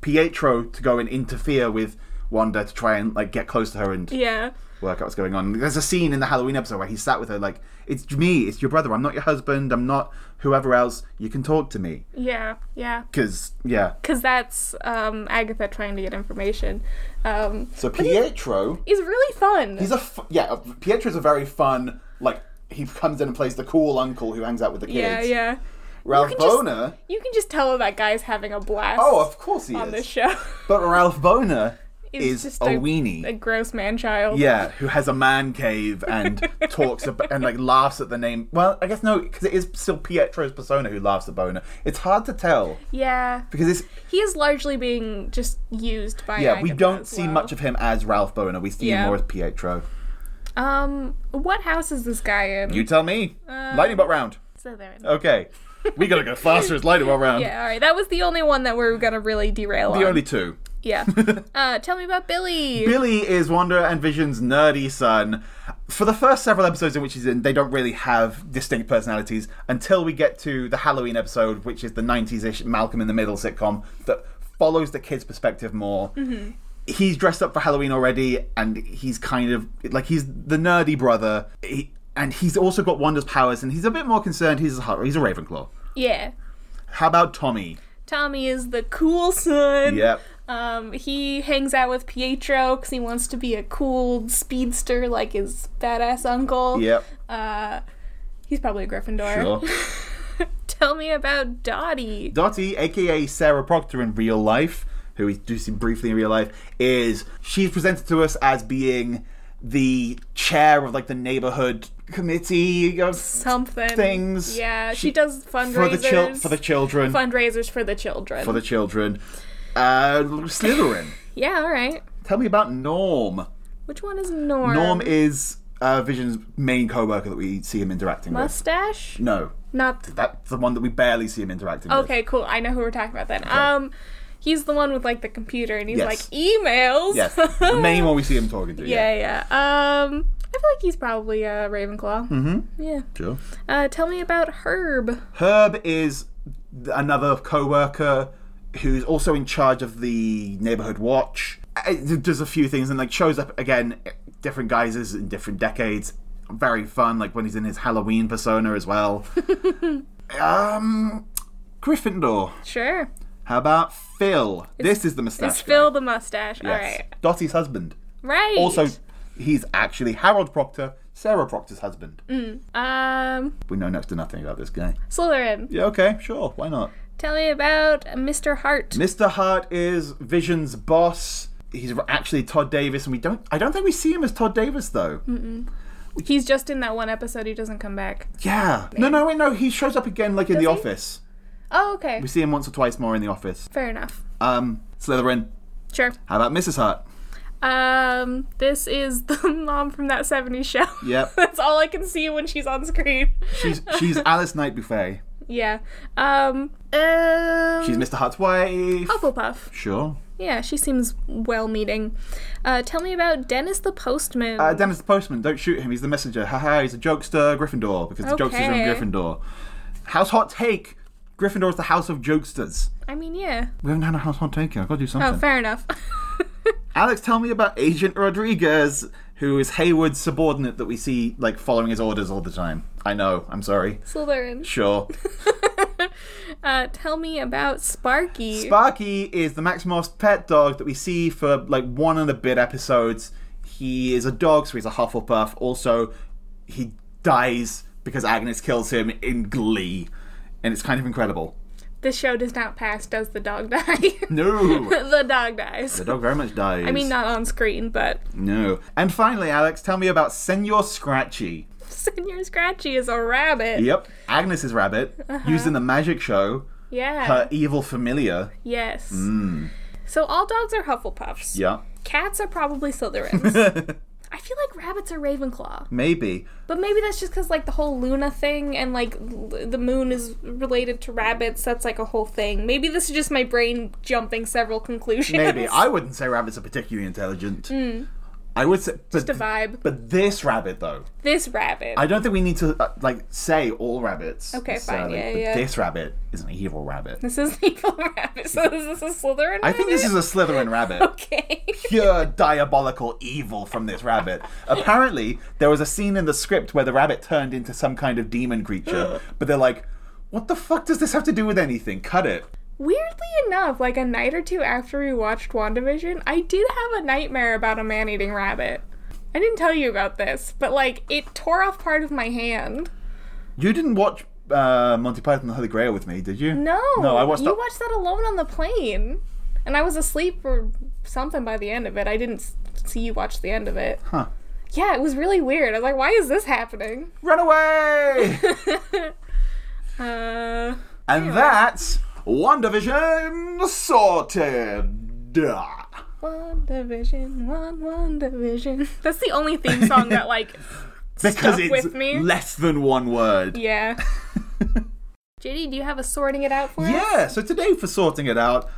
[SPEAKER 1] Pietro to go and interfere with Wanda to try and like get close to her and
[SPEAKER 2] Yeah.
[SPEAKER 1] work out what's going on. There's a scene in the Halloween episode where he sat with her like, "It's me, it's your brother. I'm not your husband. I'm not whoever else. You can talk to me."
[SPEAKER 2] Yeah. Yeah.
[SPEAKER 1] Because yeah,
[SPEAKER 2] Because that's um, Agatha trying to get information. Um,
[SPEAKER 1] so Pietro,
[SPEAKER 2] he's really fun.
[SPEAKER 1] he's a f- yeah. Pietro's a very fun like. He comes in and plays the cool uncle who hangs out with the kids.
[SPEAKER 2] yeah. Yeah.
[SPEAKER 1] Ralph
[SPEAKER 2] You can just-
[SPEAKER 1] Boner.
[SPEAKER 2] You can just tell that guy's having a blast.
[SPEAKER 1] oh, of course he
[SPEAKER 2] on
[SPEAKER 1] is.
[SPEAKER 2] this show.
[SPEAKER 1] but Ralph Boner
[SPEAKER 2] He's
[SPEAKER 1] is
[SPEAKER 2] just
[SPEAKER 1] a, weenie.
[SPEAKER 2] a gross man child.
[SPEAKER 1] Yeah, who has a man cave and talks about, and like laughs at the name. Well, I guess no, because it is still Pietro's persona who laughs at Boner. It's hard to tell
[SPEAKER 2] Yeah.
[SPEAKER 1] because it's
[SPEAKER 2] He is largely being just used by.
[SPEAKER 1] yeah. We
[SPEAKER 2] Agatha
[SPEAKER 1] don't
[SPEAKER 2] as
[SPEAKER 1] see
[SPEAKER 2] well.
[SPEAKER 1] much of him as Ralph Boner. We see
[SPEAKER 2] Yeah.
[SPEAKER 1] him more as Pietro.
[SPEAKER 2] Um, what house is this guy in?
[SPEAKER 1] You Oh. tell me.
[SPEAKER 2] Uh.
[SPEAKER 1] lightning bolt round.
[SPEAKER 2] So there.
[SPEAKER 1] Okay, we gotta go faster as lightning bolt round.
[SPEAKER 2] Yeah. All right. That was the only one that we're gonna really derail.
[SPEAKER 1] The
[SPEAKER 2] on.
[SPEAKER 1] only two.
[SPEAKER 2] Yeah. uh, tell me about Billy.
[SPEAKER 1] Billy is Wanda and Vision's nerdy son. For the first several episodes in which he's in, they don't really have distinct personalities until we get to the Halloween episode, which is the 90s ish Malcolm in the Middle sitcom that follows the kid's perspective more. He's dressed up for Halloween already, and he's kind of like he's the nerdy brother. He, and he's also got Wanda's powers, and he's a bit more concerned. He's a, he's a Ravenclaw.
[SPEAKER 2] yeah.
[SPEAKER 1] How about Tommy?
[SPEAKER 2] Tommy is the cool son.
[SPEAKER 1] Yep.
[SPEAKER 2] Um, he hangs out with Pietro because he wants to be a cool speedster like his badass uncle.
[SPEAKER 1] Yep.
[SPEAKER 2] Uh, he's probably a Gryffindor.
[SPEAKER 1] Sure.
[SPEAKER 2] Tell me about Dottie.
[SPEAKER 1] Dottie, aka Sarah Proctor in real life, who we do see briefly in real life, is she's presented to us as being the chair of like the neighborhood committee of
[SPEAKER 2] Something.
[SPEAKER 1] Things.
[SPEAKER 2] Yeah, she,
[SPEAKER 1] She-
[SPEAKER 2] does fundraisers.
[SPEAKER 1] for the chil- for the children
[SPEAKER 2] fundraisers for the children.
[SPEAKER 1] for the children. Uh, Slytherin.
[SPEAKER 2] yeah, all right.
[SPEAKER 1] Tell me about Norm.
[SPEAKER 2] Which one is Norm?
[SPEAKER 1] Norm is uh, Vision's main co-worker that we see him interacting with.
[SPEAKER 2] mustache.
[SPEAKER 1] No,
[SPEAKER 2] Not
[SPEAKER 1] that's the one that we barely see him interacting with.
[SPEAKER 2] okay. Cool. I know who we're talking about then. Um, he's the one with like the computer, and he's
[SPEAKER 1] Yes.
[SPEAKER 2] like emails.
[SPEAKER 1] Yes, the main one we see him talking to.
[SPEAKER 2] yeah, yeah. Um, I feel like he's probably uh, Ravenclaw. Mm-hmm. Yeah.
[SPEAKER 1] Sure.
[SPEAKER 2] Uh, tell me about Herb.
[SPEAKER 1] Herb is th- another co-worker who's also in charge of the neighborhood watch. Uh, Does a few things and like shows up again, eh, different guises in different decades. Very fun, like when he's in his Halloween persona as well. um, Gryffindor.
[SPEAKER 2] Sure.
[SPEAKER 1] How about Phil? this is the mustache.
[SPEAKER 2] It's Phil the mustache. All
[SPEAKER 1] guy. Yes.
[SPEAKER 2] right.
[SPEAKER 1] Dottie's husband.
[SPEAKER 2] Right.
[SPEAKER 1] Also, he's actually Harold Proctor, Sarah Proctor's husband.
[SPEAKER 2] Mm. um,
[SPEAKER 1] We know next to nothing about this guy.
[SPEAKER 2] Slytherin.
[SPEAKER 1] Yeah, okay, sure, why not?
[SPEAKER 2] Tell me about Mr. Hart.
[SPEAKER 1] Mr. Hart is Vision's boss. He's actually Todd Davis, and we don't. I don't think we see him as Todd Davis though.
[SPEAKER 2] He's just in that one episode. He doesn't come back.
[SPEAKER 1] Yeah. No, no, wait, no. He shows up again, like in the
[SPEAKER 2] he?
[SPEAKER 1] office.
[SPEAKER 2] Oh, okay.
[SPEAKER 1] We see him once or twice more in the office.
[SPEAKER 2] Fair enough.
[SPEAKER 1] Um, Slytherin.
[SPEAKER 2] Sure.
[SPEAKER 1] How about Mrs. Hart?
[SPEAKER 2] Um, this is the mom from that 70s show.
[SPEAKER 1] Yep.
[SPEAKER 2] That's all I can see when she's on screen.
[SPEAKER 1] She's she's Alice Night Buffet.
[SPEAKER 2] Yeah. Um, um
[SPEAKER 1] She's Mr. Hart's wife.
[SPEAKER 2] Oh. Hufflepuff.
[SPEAKER 1] Sure.
[SPEAKER 2] Yeah, she seems well meaning. Uh, tell me about Dennis the Postman.
[SPEAKER 1] Uh, Dennis the postman. Don't shoot him. He's the messenger. Haha. He's a jokester. Gryffindor because the jokesters are
[SPEAKER 2] Okay.
[SPEAKER 1] in Gryffindor. House hot take. Gryffindor is the house of jokesters.
[SPEAKER 2] I mean, yeah.
[SPEAKER 1] We haven't had a house hot take. yet. I've got to do something.
[SPEAKER 2] Oh, fair enough.
[SPEAKER 1] Alex, tell me about Agent Rodriguez, who is Hayward's subordinate that we see like following his orders all the time. I know, I'm sorry.
[SPEAKER 2] Slytherin.
[SPEAKER 1] Sure.
[SPEAKER 2] Uh, tell me about Sparky.
[SPEAKER 1] Sparky is the Maximoff's pet dog that we see for like one and a bit episodes. He is a dog, so he's a Hufflepuff. Also, he dies because Agnes kills him in glee. And it's kind of incredible.
[SPEAKER 2] this show does not pass. Does the dog die?
[SPEAKER 1] No!
[SPEAKER 2] the dog dies.
[SPEAKER 1] the dog very much dies.
[SPEAKER 2] I mean, not on screen, but
[SPEAKER 1] No. And finally, Alex, tell me about Senor Scratchy.
[SPEAKER 2] Senor Scratchy is a rabbit.
[SPEAKER 1] Yep. Agnes's rabbit,
[SPEAKER 2] Uh-huh.
[SPEAKER 1] used in the magic show.
[SPEAKER 2] Yeah.
[SPEAKER 1] Her Uh, evil familiar.
[SPEAKER 2] Yes. So all dogs are Hufflepuffs.
[SPEAKER 1] Mm. Yeah.
[SPEAKER 2] Cats are probably Slytherins. I feel like rabbits are Ravenclaw,
[SPEAKER 1] Maybe.
[SPEAKER 2] but maybe that's just because like the whole Luna thing and like l- the moon is related to rabbits. That's like a whole thing. Maybe this is just my brain jumping several conclusions.
[SPEAKER 1] Maybe. I wouldn't say rabbits are particularly intelligent. I would say. But, Just
[SPEAKER 2] Hmm. a vibe.
[SPEAKER 1] But this rabbit, though.
[SPEAKER 2] this rabbit.
[SPEAKER 1] I don't think we need to, uh, like, say all rabbits.
[SPEAKER 2] Okay, fine.
[SPEAKER 1] necessarily,
[SPEAKER 2] Yeah,
[SPEAKER 1] but
[SPEAKER 2] yeah.
[SPEAKER 1] This rabbit is an evil rabbit.
[SPEAKER 2] this is the evil rabbit. So is this a Slytherin?
[SPEAKER 1] I think this is a Slytherin rabbit.
[SPEAKER 2] okay.
[SPEAKER 1] Pure diabolical evil from this rabbit. Apparently, there was a scene in the script where the rabbit turned into some kind of demon creature, but they're like, what the fuck does this have to do with anything? Cut it.
[SPEAKER 2] Weirdly enough, like a night or two after we watched WandaVision, I did have a nightmare about a man eating rabbit. I didn't tell you about this, but like it tore off part of my hand.
[SPEAKER 1] You didn't watch uh, Monty Python and the Holy Grail with me, did you?
[SPEAKER 2] No.
[SPEAKER 1] No, I watched
[SPEAKER 2] You
[SPEAKER 1] that-
[SPEAKER 2] watched that alone on the plane. And I was asleep or something by the end of it. I didn't s- see you watch the end of it.
[SPEAKER 1] Huh.
[SPEAKER 2] Yeah, it was really weird. I was like, why is this happening?
[SPEAKER 1] Run away!
[SPEAKER 2] Uh,
[SPEAKER 1] and that's WandaVision sorted.
[SPEAKER 2] WandaVision, one WandaVision. That's the only theme song that like
[SPEAKER 1] Because
[SPEAKER 2] Stuck
[SPEAKER 1] it's
[SPEAKER 2] with me.
[SPEAKER 1] less than one word.
[SPEAKER 2] Yeah. JD, do you have a sorting it out for us?
[SPEAKER 1] Yeah, so today for sorting it out,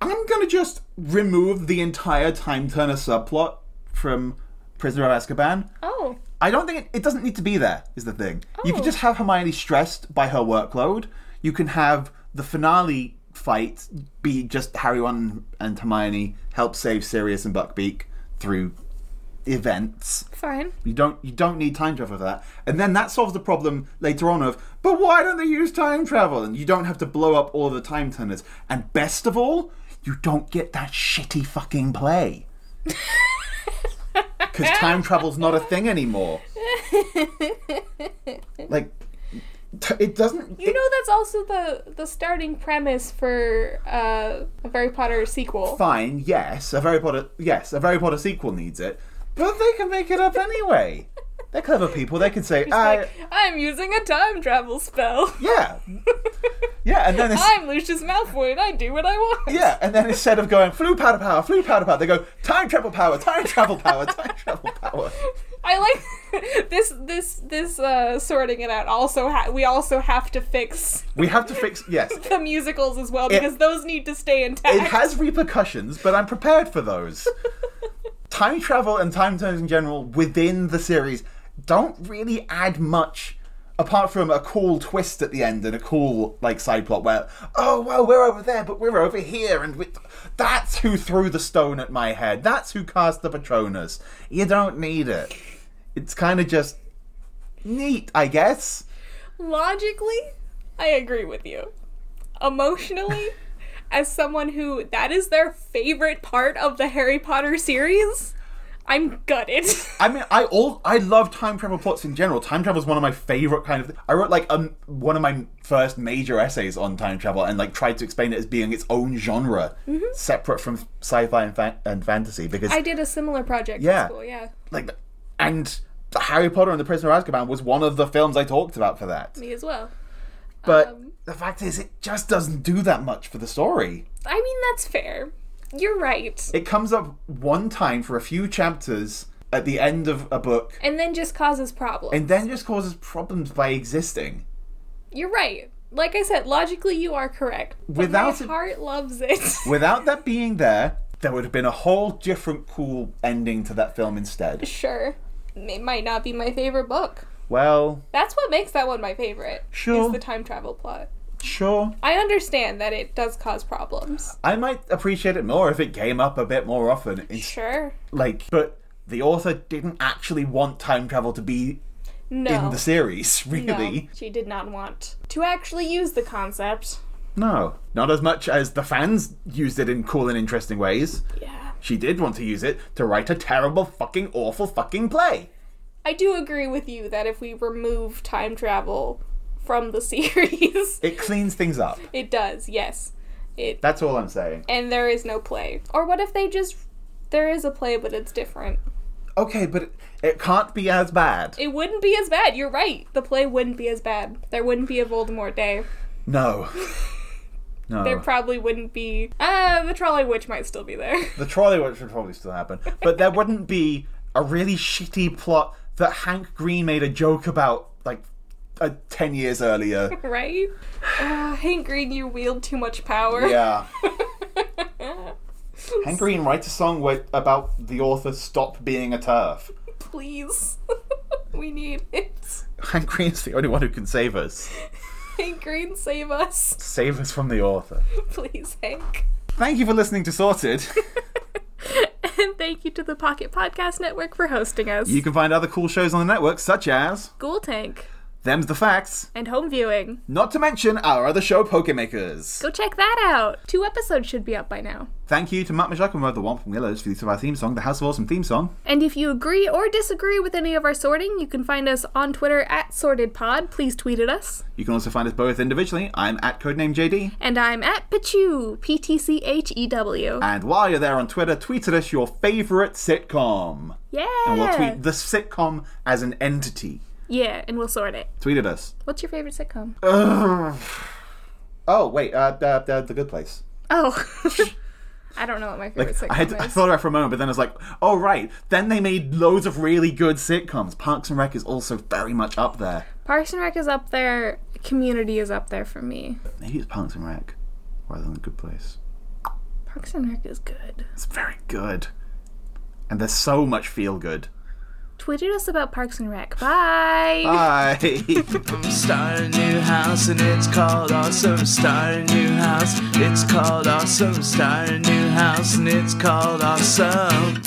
[SPEAKER 1] I'm gonna just remove the entire Time Turner subplot from Prisoner of Azkaban.
[SPEAKER 2] Oh,
[SPEAKER 1] I don't think it, it doesn't need to be there, is the thing. You
[SPEAKER 2] Oh.
[SPEAKER 1] can just have Hermione stressed by her workload. You can have the finale fight be just Harry Ron and Hermione help save Sirius and Buckbeak through events.
[SPEAKER 2] fine.
[SPEAKER 1] You don't you don't need time travel for that. And then that solves the problem later on of, but why don't they use time travel? And you don't have to blow up all the time turners. And best of all, you don't get that shitty fucking play. Because time travel's not a thing anymore. like, t- it doesn't.
[SPEAKER 2] You
[SPEAKER 1] it-
[SPEAKER 2] know that's also the the starting premise for uh, a Harry Potter sequel.
[SPEAKER 1] fine, yes, a Harry Potter, yes, a Harry Potter sequel needs it, but they can make it up anyway. They're clever people. They can say, uh,
[SPEAKER 2] like, I'm using a time travel spell.
[SPEAKER 1] yeah, yeah, and then it's,
[SPEAKER 2] I'm Lucius Malfoy and I do what I want.
[SPEAKER 1] yeah, and then instead of going flu powder power, flu powder power, they go time travel power, time travel power, time travel power.
[SPEAKER 2] I like this this this uh, sorting it out. Also, ha- we also have to fix
[SPEAKER 1] We have to fix. Yes,
[SPEAKER 2] the musicals as well because those need to stay intact.
[SPEAKER 1] it has repercussions, but I'm prepared for those. time travel and time zones in general within the series don't really add much apart from a cool twist at the end and a cool like side plot where oh well we're over there but we're over here and we- that's who threw the stone at my head that's who cast the patronus you don't need it it's kind of just neat i guess
[SPEAKER 2] Logically, I agree with you. Emotionally, as someone who that is their favorite part of the Harry Potter series, I'm gutted.
[SPEAKER 1] I mean, I all I love time travel plots in general. Time travel is one of my favorite kind of. I wrote like um one of my first major essays on time travel and like tried to explain it as being its own genre, separate from sci-fi and, fa- and fantasy because
[SPEAKER 2] Mm-hmm. I did a similar project
[SPEAKER 1] Yeah.
[SPEAKER 2] in school, yeah.
[SPEAKER 1] like and Harry Potter and the Prisoner of Azkaban was one of the films I talked about for that.
[SPEAKER 2] Me as well.
[SPEAKER 1] But
[SPEAKER 2] Um.
[SPEAKER 1] the fact is, it just doesn't do that much for the story.
[SPEAKER 2] I mean, that's fair. You're right.
[SPEAKER 1] It comes up one time for a few chapters at the end of a book,
[SPEAKER 2] And then just causes problems.
[SPEAKER 1] and then just causes problems by existing.
[SPEAKER 2] You're right. Like I said, logically you are correct. But
[SPEAKER 1] Without
[SPEAKER 2] my
[SPEAKER 1] it-
[SPEAKER 2] heart loves it.
[SPEAKER 1] Without that being there, there would have been a whole different cool ending to that film instead.
[SPEAKER 2] sure. It might not be my favorite book.
[SPEAKER 1] Well,
[SPEAKER 2] That's what makes that one my favorite.
[SPEAKER 1] Sure.
[SPEAKER 2] Is the time travel plot.
[SPEAKER 1] sure.
[SPEAKER 2] I understand that it does cause problems.
[SPEAKER 1] I might appreciate it more if it came up a bit more often. It's
[SPEAKER 2] Sure.
[SPEAKER 1] like, but the author didn't actually want time travel to be
[SPEAKER 2] No.
[SPEAKER 1] in the series,
[SPEAKER 2] no.
[SPEAKER 1] really.
[SPEAKER 2] She did not want to actually use the concept.
[SPEAKER 1] No. Not as much as the fans used it in cool and interesting ways.
[SPEAKER 2] Yeah.
[SPEAKER 1] She did want to use it to write a terrible, fucking, awful, fucking play.
[SPEAKER 2] I do agree with you that if we remove time travel from the series,
[SPEAKER 1] It cleans things up.
[SPEAKER 2] it does. Yes. It
[SPEAKER 1] That's all I'm saying.
[SPEAKER 2] and there is no play. Or what if they just there is a play but it's different?
[SPEAKER 1] Okay, but it can't be as bad.
[SPEAKER 2] It wouldn't be as bad. You're right. The play wouldn't be as bad. There wouldn't be a Voldemort day.
[SPEAKER 1] No. No.
[SPEAKER 2] There probably wouldn't be. Uh, the trolley witch might still be there.
[SPEAKER 1] the trolley witch would probably still happen. But there wouldn't be a really shitty plot that Hank Green made a joke about like uh, 10 years earlier.
[SPEAKER 2] right? Uh, Hank Green, you wield too much power.
[SPEAKER 1] Yeah. Hank Green writes a song where, about the author stop being a turf.
[SPEAKER 2] Please. we need it.
[SPEAKER 1] Hank Green's the only one who can save us.
[SPEAKER 2] Hank Green, save us.
[SPEAKER 1] Save us from the author.
[SPEAKER 2] Please, Hank.
[SPEAKER 1] Thank you for listening to Sorted.
[SPEAKER 2] And thank you to the Pocket Podcast Network for hosting us.
[SPEAKER 1] You can find other cool shows on the network, such as
[SPEAKER 2] Ghoul Tank
[SPEAKER 1] Them's the Facts,
[SPEAKER 2] and Home Viewing.
[SPEAKER 1] not to mention our other show, Pokemakers.
[SPEAKER 2] Go check that out. Two episodes should be up by now. Thank
[SPEAKER 1] Thank you to Matt Majakamo of the Wampum Willows for the use of our theme song, the House of Awesome theme song.
[SPEAKER 2] And if you agree or disagree with any of our sorting, you can find us on Twitter at SortedPod. Please tweet at us.
[SPEAKER 1] You can also find us both individually. I'm at Codename JD.
[SPEAKER 2] And I'm at Pichu, P T C H E W.
[SPEAKER 1] And while you're there on Twitter, tweet at us your favourite sitcom.
[SPEAKER 2] Yeah.
[SPEAKER 1] And we'll tweet the sitcom as an entity.
[SPEAKER 2] Yeah, and we'll sort it.
[SPEAKER 1] Tweet at us.
[SPEAKER 2] What's your favorite sitcom?
[SPEAKER 1] Uh, Ugh. Oh, wait, uh, the, the, the Good Place.
[SPEAKER 2] Oh. I don't know what my favorite sitcom
[SPEAKER 1] I, had,
[SPEAKER 2] is.
[SPEAKER 1] I thought about it for a moment, but then I was like, oh, right. Then they made loads of really good sitcoms. Parks and Rec is also very much up there.
[SPEAKER 2] Parks and Rec is up there. Community is up there for me.
[SPEAKER 1] Maybe it's Parks and Rec rather than Good Place.
[SPEAKER 2] Parks and Rec is good.
[SPEAKER 1] It's very good. And there's so much feel good.
[SPEAKER 2] Tweet at us about Parks and Rec. Bye.
[SPEAKER 1] Bye.
[SPEAKER 3] I'm starting a new house and it's called awesome. Starting a new house, it's called awesome. Starting a new house and it's called awesome.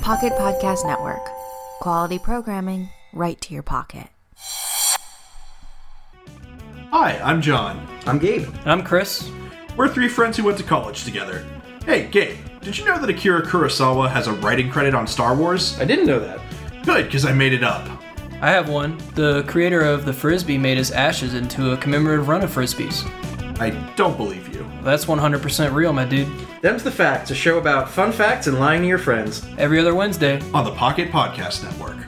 [SPEAKER 4] Pocket Podcast Network. Quality programming right to your pocket.
[SPEAKER 5] Hi, I'm John.
[SPEAKER 3] I'm Gabe.
[SPEAKER 6] And I'm Chris.
[SPEAKER 5] We're three friends who went to college together. Hey, Gabe, did you know that Akira Kurosawa has a writing credit on Star Wars?
[SPEAKER 3] I didn't know that.
[SPEAKER 5] Good, because I made it up.
[SPEAKER 6] I have one. The creator of the Frisbee made his ashes into a commemorative run of Frisbees.
[SPEAKER 5] I don't believe you.
[SPEAKER 6] That's 100% real, my dude.
[SPEAKER 3] Them's the Facts, a show about fun facts and lying to your friends.
[SPEAKER 6] Every other Wednesday.
[SPEAKER 5] On the Pocket Podcast Network.